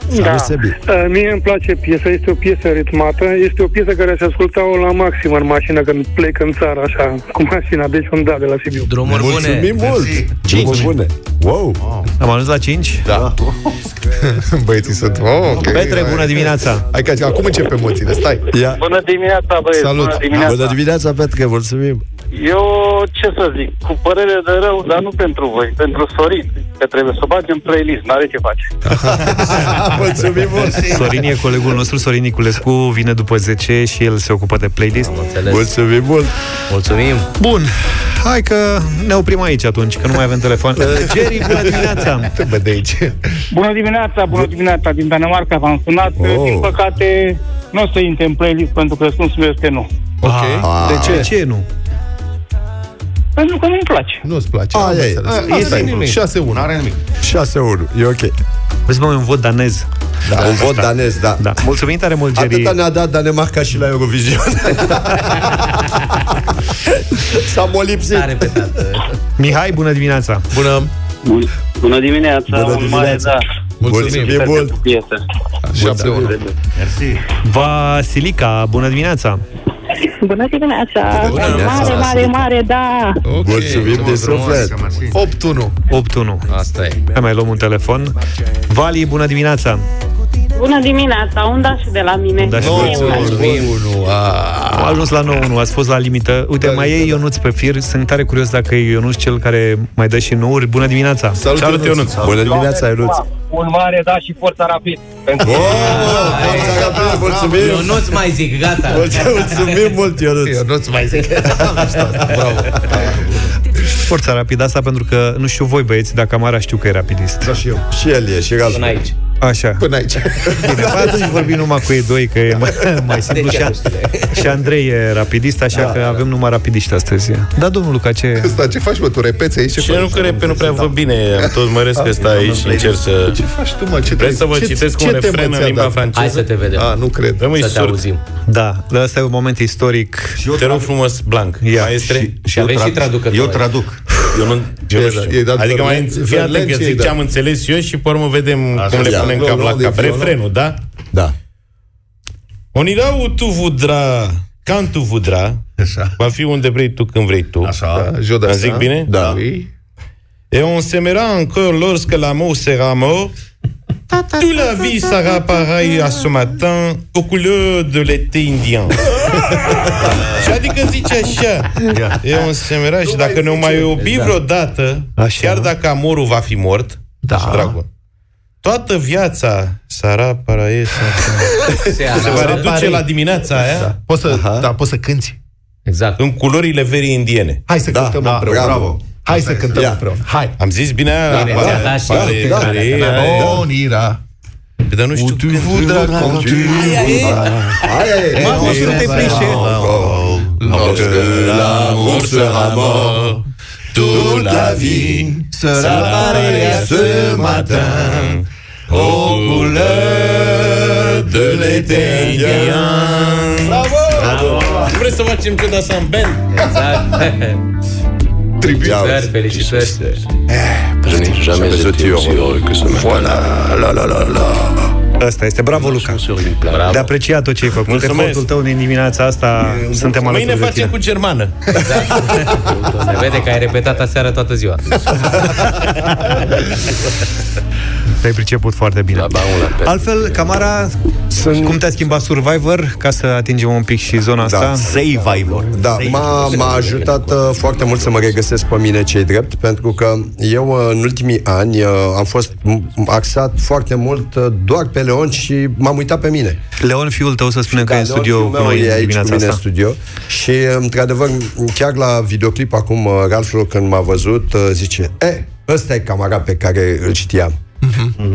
[SPEAKER 3] Salut,
[SPEAKER 20] Da.
[SPEAKER 3] Sebi.
[SPEAKER 20] Uh, Mie îmi place piesa, este o piesă ritmată, este o piesă care aș asculta-o la maxim în mașină când plec în țară, așa, cu mașina, deci un da de la Sibiu.
[SPEAKER 16] Drumuri bune.
[SPEAKER 17] Mulțumim mult. Drumuri bune. Wow.
[SPEAKER 2] Am ajuns la 5?
[SPEAKER 3] Da. Băieții sunt... Oh, okay.
[SPEAKER 2] Petre, bună
[SPEAKER 3] Hai.
[SPEAKER 2] dimineața!
[SPEAKER 3] Hai că acum începe emoțiile, stai!
[SPEAKER 17] Ia.
[SPEAKER 20] Bună dimineața,
[SPEAKER 3] băieți, Salut. bună dimineața.
[SPEAKER 17] Bună dimineața, Petre, mulțumim.
[SPEAKER 20] Eu, ce să zic, cu părere de rău, dar nu pentru voi, pentru Sorin, că trebuie să o bagi în playlist, n-are ce face.
[SPEAKER 17] Mulțumim mult!
[SPEAKER 2] Sorin e colegul nostru, Sorin Niculescu, vine după 10 și el se ocupă de playlist.
[SPEAKER 17] Mulțumim mult!
[SPEAKER 16] Mulțumim!
[SPEAKER 2] Bun, hai că ne oprim aici atunci, că nu mai avem
[SPEAKER 3] (laughs)
[SPEAKER 2] telefon. Uh, Jerry, bună dimineața!
[SPEAKER 3] Te bă de aici.
[SPEAKER 20] Bună dimineața, bună dimineața, din Danemarca v-am sunat,
[SPEAKER 2] Oh.
[SPEAKER 20] din păcate nu o să intre
[SPEAKER 3] Ah.
[SPEAKER 20] în playlist pentru că răspunsul meu este nu.
[SPEAKER 2] Ok. De ce? De ce nu?
[SPEAKER 8] Pentru că nu-mi place.
[SPEAKER 3] Nu-ți place.
[SPEAKER 17] Aia e.
[SPEAKER 3] Asta
[SPEAKER 17] Asta
[SPEAKER 3] e.
[SPEAKER 17] e nimic.
[SPEAKER 3] 6-1. N-are nimic.
[SPEAKER 17] 6-1, e ok.
[SPEAKER 2] Vezi, mă, un vot danez.
[SPEAKER 17] Da, un vot danez, da. da.
[SPEAKER 2] Mulțumim tare mult, Jerry.
[SPEAKER 17] Atâta ne-a dat Danemarca și la Eurovision. S-a molipsit.
[SPEAKER 16] A repetat.
[SPEAKER 2] Mihai, bună dimineața.
[SPEAKER 3] Bună.
[SPEAKER 11] Bun. Bună dimineața,
[SPEAKER 17] Bună
[SPEAKER 11] un mare
[SPEAKER 17] dimineața.
[SPEAKER 11] da.
[SPEAKER 17] Mulțumim. E bun.
[SPEAKER 11] Piesă.
[SPEAKER 3] Șapte unu.
[SPEAKER 11] Mersi.
[SPEAKER 2] Vasilica, bună dimineața.
[SPEAKER 18] Mm.
[SPEAKER 12] Bună dimineața!
[SPEAKER 2] Bună dimineața,
[SPEAKER 12] mare, mare,
[SPEAKER 2] Vasilica.
[SPEAKER 12] mare, da!
[SPEAKER 18] Oh.
[SPEAKER 3] Ok,
[SPEAKER 17] Mulțumim de
[SPEAKER 3] frumos,
[SPEAKER 17] suflet.
[SPEAKER 3] mersi. 8-1.
[SPEAKER 2] 8-1.
[SPEAKER 17] Asta e.
[SPEAKER 2] Hai mai luăm un telefon. Vali, bună dimineața.
[SPEAKER 8] Bună dimineața, unda și de la mine.
[SPEAKER 2] Da, și
[SPEAKER 8] Mie îmi place.
[SPEAKER 2] mulțumim. Am ajuns la 9-1, ați fost la limită. Uite,
[SPEAKER 17] Da,
[SPEAKER 2] mai e Ionuț pe fir. Sunt tare curios dacă e Ionuț cel care mai dă și nouri. Bună dimineața.
[SPEAKER 3] Salut, Salut, Ionuț. Ionuț.
[SPEAKER 17] Bună dimineața, Ionuț.
[SPEAKER 5] Un mare da și forța rapid.
[SPEAKER 3] Oh,
[SPEAKER 5] Pentru
[SPEAKER 17] mulțumim.
[SPEAKER 16] Eu nu-ți mai zic, gata.
[SPEAKER 17] Mulțumim mult, Ionuț.
[SPEAKER 3] Eu nu-ți mai zic.
[SPEAKER 2] Forța rapid asta pentru că nu știu voi băieți, dacă Amara știu că e rapidist.
[SPEAKER 3] Da, și eu.
[SPEAKER 17] Și el e, și
[SPEAKER 16] Până
[SPEAKER 17] Galben.
[SPEAKER 16] aici.
[SPEAKER 2] Așa.
[SPEAKER 3] Până aici.
[SPEAKER 2] Bine, păi atunci vorbim numai cu ei doi, că e mai, (laughs) mai simplu.
[SPEAKER 16] De
[SPEAKER 2] Și,
[SPEAKER 16] ce
[SPEAKER 2] a, și Andrei e rapidist, așa da, că avem numai rapidiști astăzi. Da, domnul Luca, ce...
[SPEAKER 3] Asta, ce faci, mă, tu repeți aici?
[SPEAKER 4] Și eu nu că repe, nu prea vă bine, am tot măresc că stai aici și încerc să...
[SPEAKER 3] Ce faci tu, mă? Ce
[SPEAKER 4] Vreți să vă
[SPEAKER 3] ce-
[SPEAKER 4] citesc
[SPEAKER 3] ce
[SPEAKER 4] un
[SPEAKER 3] temă
[SPEAKER 4] refren în
[SPEAKER 3] ți-a
[SPEAKER 4] limba
[SPEAKER 3] dat?
[SPEAKER 16] Hai
[SPEAKER 4] franceză?
[SPEAKER 16] să te vedem.
[SPEAKER 3] A, nu cred.
[SPEAKER 4] Rămâi
[SPEAKER 16] Să te
[SPEAKER 4] surd.
[SPEAKER 16] auzim.
[SPEAKER 2] Da, dar asta e un moment istoric.
[SPEAKER 4] Te rog frumos, blanc.
[SPEAKER 2] Ia,
[SPEAKER 4] Maestre,
[SPEAKER 16] Și avem și traducător.
[SPEAKER 18] Eu traduc.
[SPEAKER 4] eu nu... Eu nu
[SPEAKER 3] Ce, i-ai
[SPEAKER 4] știu.
[SPEAKER 3] dat
[SPEAKER 4] Adică mai
[SPEAKER 3] verlen-
[SPEAKER 4] fii
[SPEAKER 3] verlen
[SPEAKER 4] atent că
[SPEAKER 3] ce-i
[SPEAKER 4] zic
[SPEAKER 3] dat?
[SPEAKER 4] ce am înțeles eu și pe urmă vedem cum le
[SPEAKER 3] da. ia.
[SPEAKER 4] punem
[SPEAKER 3] Nu,
[SPEAKER 4] cap
[SPEAKER 3] nu,
[SPEAKER 4] la
[SPEAKER 3] de
[SPEAKER 4] cap.
[SPEAKER 3] violon.
[SPEAKER 4] Refrenul, da?
[SPEAKER 17] Da.
[SPEAKER 4] On ira où tu voudras, quand tu voudras,
[SPEAKER 18] Așa.
[SPEAKER 4] va fi unde vrei tu, când vrei tu.
[SPEAKER 18] Așa.
[SPEAKER 3] Da, Jodassin.
[SPEAKER 4] Îmi zic bine?
[SPEAKER 3] Da.
[SPEAKER 4] Et on s'aimera encore lorsque l'amour sera mort. Toute la vie sera pareille à ce matin aux couleurs de l'été indien. și adică zice așa, e un semerat și dacă ne mai iubi vreodată,
[SPEAKER 2] Așa.
[SPEAKER 4] chiar dacă amorul va fi mort, da. dragul, toată viața Sara Paraes
[SPEAKER 17] (laughs)
[SPEAKER 4] se va reduce la dimineața
[SPEAKER 17] Exact.
[SPEAKER 4] aia
[SPEAKER 18] Poți să, da, poți să cânti.
[SPEAKER 16] Exact.
[SPEAKER 4] în culorile verii indiene.
[SPEAKER 18] Hai să cântăm
[SPEAKER 17] da,
[SPEAKER 18] împreună.
[SPEAKER 17] bravo.
[SPEAKER 18] Hai să cântăm
[SPEAKER 17] Ia.
[SPEAKER 18] împreună. Hai.
[SPEAKER 4] Am zis bine aia?
[SPEAKER 16] Bine,
[SPEAKER 4] Pare-
[SPEAKER 16] ți-a dat și-
[SPEAKER 4] pare-
[SPEAKER 17] Da.
[SPEAKER 4] pare-
[SPEAKER 18] Bonira.
[SPEAKER 4] Dar nu știu
[SPEAKER 18] Tu voudras quand tu voudras.
[SPEAKER 17] Aia e.
[SPEAKER 2] Mamă, sunt de plișe.
[SPEAKER 17] Lorsque l'amour sera mort, toute la vie sera pareille à ce matin, aux couleurs de l'été indien.
[SPEAKER 4] Vreți să facem când asta în band?
[SPEAKER 16] Felicitări, felicitări.
[SPEAKER 17] Eh,
[SPEAKER 14] Jamais été aussi heureux que ce matin.
[SPEAKER 2] Asta este. Bravo, Luca. De apreciat tot ce ai făcut.
[SPEAKER 4] Mulțumesc.
[SPEAKER 2] Efortul tău din dimineața asta suntem
[SPEAKER 4] Mâine
[SPEAKER 2] alături de
[SPEAKER 4] facem
[SPEAKER 2] tine.
[SPEAKER 4] cu germană.
[SPEAKER 16] Se vede că ai repetat aseară toată ziua.
[SPEAKER 2] Te-ai priceput foarte
[SPEAKER 14] Da,
[SPEAKER 2] bine. Altfel, Camara, cum te-a schimbat Survivor? Ca să atingem un pic și zona
[SPEAKER 17] Da.
[SPEAKER 2] asta.
[SPEAKER 14] Survivor.
[SPEAKER 17] Da, m-a, m-a ajutat uh, foarte mult să mă regăsesc pe mine cei drept, pentru că eu uh, în ultimii ani uh, am fost m- axat foarte mult uh, doar pe Leon și m-am uitat pe mine. da,
[SPEAKER 2] Leon, fiul tău, să spunem că e în
[SPEAKER 17] Leon,
[SPEAKER 2] studio
[SPEAKER 17] fiul
[SPEAKER 2] cu
[SPEAKER 17] meu,
[SPEAKER 2] noi
[SPEAKER 17] e aici cu
[SPEAKER 2] dimineața
[SPEAKER 17] mine în
[SPEAKER 2] asta.
[SPEAKER 17] studio și, într-adevăr, chiar la videoclip acum, uh, Ralful, când m-a văzut, uh, zice, e, ăsta e camara pe care îl știam.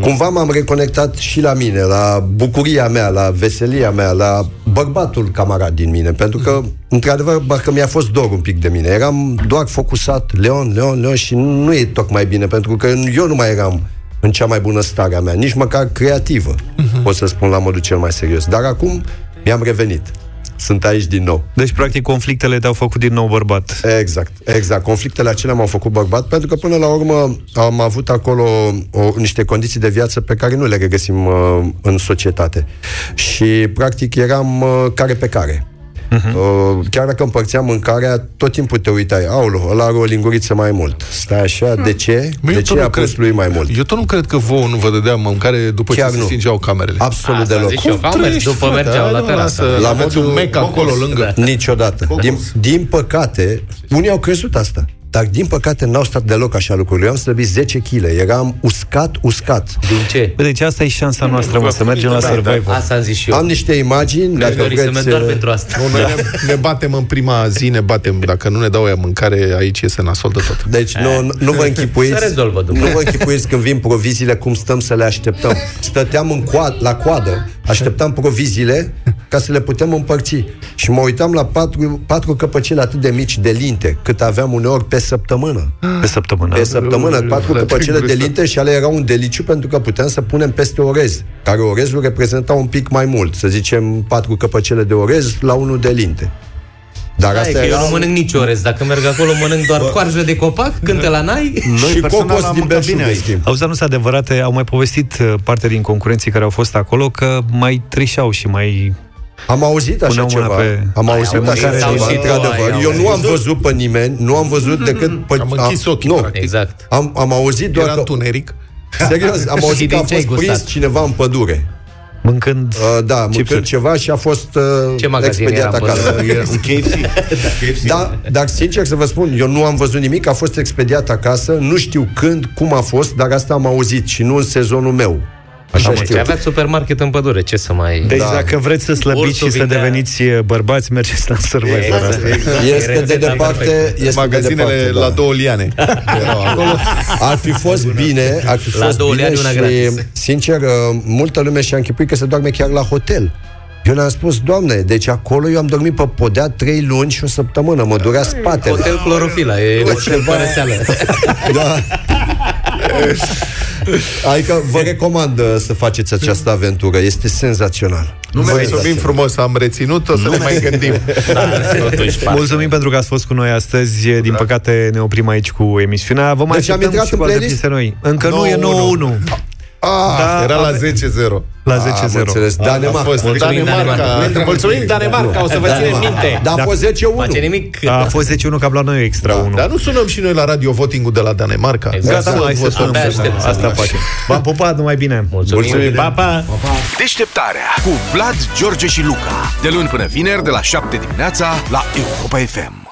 [SPEAKER 17] Cumva m-am reconectat și la mine, la bucuria mea, la veselia mea, la bărbatul camarad din mine, pentru că, într-adevăr, parcă mi-a fost dor un pic de mine. Eram doar focusat, Leon, Leon, Leon și nu e tocmai bine, pentru că eu nu mai eram în cea mai bună starea mea, nici măcar creativă,
[SPEAKER 16] Mhm.
[SPEAKER 17] pot să spun la modul cel mai serios. Dar acum mi-am revenit. Sunt aici din nou.
[SPEAKER 2] Deci, practic, conflictele te-au făcut din nou bărbat.
[SPEAKER 17] Exact, exact. Conflictele acelea m-au făcut bărbat pentru că până la urmă am avut acolo o, niște condiții de viață pe care nu le regăsim uh, în societate. Și practic eram uh, care pe care.
[SPEAKER 16] Mhm.
[SPEAKER 17] Uh, chiar dacă împărțeam mâncarea, tot timpul te uitai, aulu, ăla are o linguriță mai mult. Stai așa,
[SPEAKER 16] Hmm.
[SPEAKER 17] de ce?
[SPEAKER 18] Mă, eu
[SPEAKER 17] de
[SPEAKER 18] tot
[SPEAKER 17] ce
[SPEAKER 18] nu
[SPEAKER 17] a
[SPEAKER 18] cred-
[SPEAKER 17] pus lui mai mult?
[SPEAKER 18] Eu tot nu cred că vouă nu vă dădea mâncare după
[SPEAKER 17] Chiar
[SPEAKER 18] ce se
[SPEAKER 17] nu.
[SPEAKER 18] stingeau camerele.
[SPEAKER 17] Absolut
[SPEAKER 16] Asta
[SPEAKER 17] deloc.
[SPEAKER 16] zic și eu, că am mers
[SPEAKER 18] trăiești,
[SPEAKER 16] după
[SPEAKER 18] frate?
[SPEAKER 16] mergeau
[SPEAKER 18] Hai,
[SPEAKER 16] la
[SPEAKER 18] nu,
[SPEAKER 16] terasă.
[SPEAKER 18] lasă-
[SPEAKER 17] La
[SPEAKER 18] aveți
[SPEAKER 17] modul
[SPEAKER 18] un mec acolo da. lângă.
[SPEAKER 17] Niciodată. Din, din păcate, unii au crezut asta. Dar din păcate n-au stat deloc așa lucrurile. Eu am slăbit 10 kg, eram uscat, uscat.
[SPEAKER 16] Din ce?
[SPEAKER 2] Bă, Deci asta e șansa noastră, mă, să mergem
[SPEAKER 17] Da,
[SPEAKER 2] la Survivor.
[SPEAKER 16] Asta am zis și eu.
[SPEAKER 17] Am niște imagini,
[SPEAKER 16] Mi-aș
[SPEAKER 17] dacă
[SPEAKER 16] dori să merg
[SPEAKER 17] vreți...
[SPEAKER 16] doar
[SPEAKER 17] uh,
[SPEAKER 16] pentru asta.
[SPEAKER 18] Nu, noi ne, ne batem în prima zi, ne batem. Dacă nu ne dau ea mâncare, aici este nasol de tot.
[SPEAKER 17] Deci nu, nu vă închipuiți
[SPEAKER 16] Se rezolvă după.
[SPEAKER 17] Nu vă închipuiți când vin proviziile Cum stăm să le așteptăm Stăteam în coad, la coadă Așteptam proviziile ca să le putem împărți. Și mă uitam la patru, patru căpăcini atât de mici de linte, cât aveam uneori pe săptămână.
[SPEAKER 2] Pe săptămână?
[SPEAKER 17] Pe săptămână, patru căpăcile de linte și ale erau un deliciu pentru că puteam să punem peste orez, care orezul reprezenta un pic mai mult, să zicem patru căpăcile de orez la unul de linte.
[SPEAKER 16] Dar asta că era... eu nu mănânc nici orez. Dacă merg acolo, mănânc doar coarjă de copac, cântă la nai
[SPEAKER 17] Noi și cocos din belșug.
[SPEAKER 2] Auzi, dar nu sunt adevărate, au mai povestit uh, parte din concurenții care au fost acolo că mai trișau și mai
[SPEAKER 17] Am auzit așa
[SPEAKER 2] Puneau mâna
[SPEAKER 17] ceva.
[SPEAKER 2] pe-
[SPEAKER 17] Am
[SPEAKER 2] Ai
[SPEAKER 17] auzit
[SPEAKER 2] auzit,
[SPEAKER 17] așa
[SPEAKER 2] ai
[SPEAKER 17] ceva,
[SPEAKER 2] auzit, ai
[SPEAKER 17] într-adevăr.
[SPEAKER 2] auzit.
[SPEAKER 17] Eu nu am văzut pe nimeni, nu am văzut decât pe...
[SPEAKER 18] Am închis ochii,
[SPEAKER 17] Păi, nu.
[SPEAKER 18] practic.
[SPEAKER 16] Exact.
[SPEAKER 17] Am, am auzit doar
[SPEAKER 18] Era
[SPEAKER 17] că...
[SPEAKER 18] întuneric.
[SPEAKER 17] Serios,
[SPEAKER 16] (laughs)
[SPEAKER 17] am
[SPEAKER 16] Și
[SPEAKER 17] auzit că
[SPEAKER 16] din
[SPEAKER 17] a
[SPEAKER 16] ce ai
[SPEAKER 17] fost
[SPEAKER 16] gustat?
[SPEAKER 17] prins cineva în pădure.
[SPEAKER 2] mâncând...
[SPEAKER 17] Uh, da, mâncând
[SPEAKER 2] Chipsuri.
[SPEAKER 17] ceva și a fost
[SPEAKER 16] Ce
[SPEAKER 17] uh,
[SPEAKER 16] magazin
[SPEAKER 17] expediat
[SPEAKER 16] era în
[SPEAKER 17] acasă.
[SPEAKER 16] pădure?
[SPEAKER 18] Un KFC. KFC.
[SPEAKER 17] (laughs) Da, dar sincer să vă spun, eu nu am văzut nimic, a fost expediat acasă, nu știu când, cum a fost, dar asta am auzit și nu în sezonul meu. Așa
[SPEAKER 16] Mamă,
[SPEAKER 17] știu.
[SPEAKER 16] ce aveați supermarket în pădure, ce să mai...
[SPEAKER 2] Deci
[SPEAKER 17] Da.
[SPEAKER 2] dacă vreți să slăbiți
[SPEAKER 16] Ursul
[SPEAKER 2] și să
[SPEAKER 16] vindea-
[SPEAKER 2] deveniți bărbați, mergeți la Survivor.
[SPEAKER 17] Exact.
[SPEAKER 2] Asta e.
[SPEAKER 17] Este de
[SPEAKER 16] Rețeta
[SPEAKER 17] departe,
[SPEAKER 16] perfectă.
[SPEAKER 17] este
[SPEAKER 18] Magazinele
[SPEAKER 17] de departe,
[SPEAKER 18] la
[SPEAKER 17] da.
[SPEAKER 18] două liane. Erau acolo.
[SPEAKER 17] Ar fi fost bine, ar fi
[SPEAKER 16] La
[SPEAKER 17] fost
[SPEAKER 16] două
[SPEAKER 17] bine
[SPEAKER 16] liani, una gratis.
[SPEAKER 17] și, sincer, uh, multă lume și-a închipuit că se doarme chiar la hotel. Eu le-am spus, doamne, deci acolo eu am dormit pe podea trei luni și o săptămână, mă durea spatele.
[SPEAKER 16] Hotel Clorofila, e hotel
[SPEAKER 17] ceva-
[SPEAKER 16] fără seală.
[SPEAKER 17] Da. Adică vă recomand uh, să faceți această aventură, este senzațional.
[SPEAKER 18] Numele
[SPEAKER 17] Senzațional.
[SPEAKER 18] subim frumos, am reținut, o să ne mai gândim.
[SPEAKER 16] Totuși,
[SPEAKER 2] Mulțumim pentru că ați fost cu noi astăzi. Din păcate ne oprim aici cu emisiunea. Vă mai
[SPEAKER 17] Deci am
[SPEAKER 2] așteptăm
[SPEAKER 17] intrat
[SPEAKER 2] și
[SPEAKER 17] în
[SPEAKER 2] cu alte
[SPEAKER 17] playlist?
[SPEAKER 2] piese noi. Încă nu e 9-1.
[SPEAKER 18] Ah,
[SPEAKER 2] Da,
[SPEAKER 18] era la
[SPEAKER 2] ave-
[SPEAKER 18] 10-0.
[SPEAKER 2] La
[SPEAKER 17] Am
[SPEAKER 2] 10-0.
[SPEAKER 17] înțeles. Da, Danemarca.
[SPEAKER 18] A fost Da,
[SPEAKER 16] Mulțumim, Danemarca.
[SPEAKER 18] Mulțumim, Danemarca. O să vă ținem minte.
[SPEAKER 17] Dar Da, a fost 10-1.
[SPEAKER 16] Face nimic.
[SPEAKER 2] A fost 10-1 că am luat noi
[SPEAKER 17] Da.
[SPEAKER 2] extra 1.
[SPEAKER 18] Dar nu sunăm și noi la radio voting-ul de la Danemarca?
[SPEAKER 16] Exact.
[SPEAKER 18] Să
[SPEAKER 2] Gata, hai să
[SPEAKER 18] votăm.
[SPEAKER 2] sunăm.
[SPEAKER 16] abia aștept să
[SPEAKER 2] Asta
[SPEAKER 16] văd.
[SPEAKER 2] facem. V-am pupat, numai bine.
[SPEAKER 16] Mulțumim.
[SPEAKER 18] Mulțumim.
[SPEAKER 16] Pa, pa.
[SPEAKER 1] Deșteptarea cu Vlad, George și Luca. De luni până vineri, de la 7 dimineața, la Europa FM.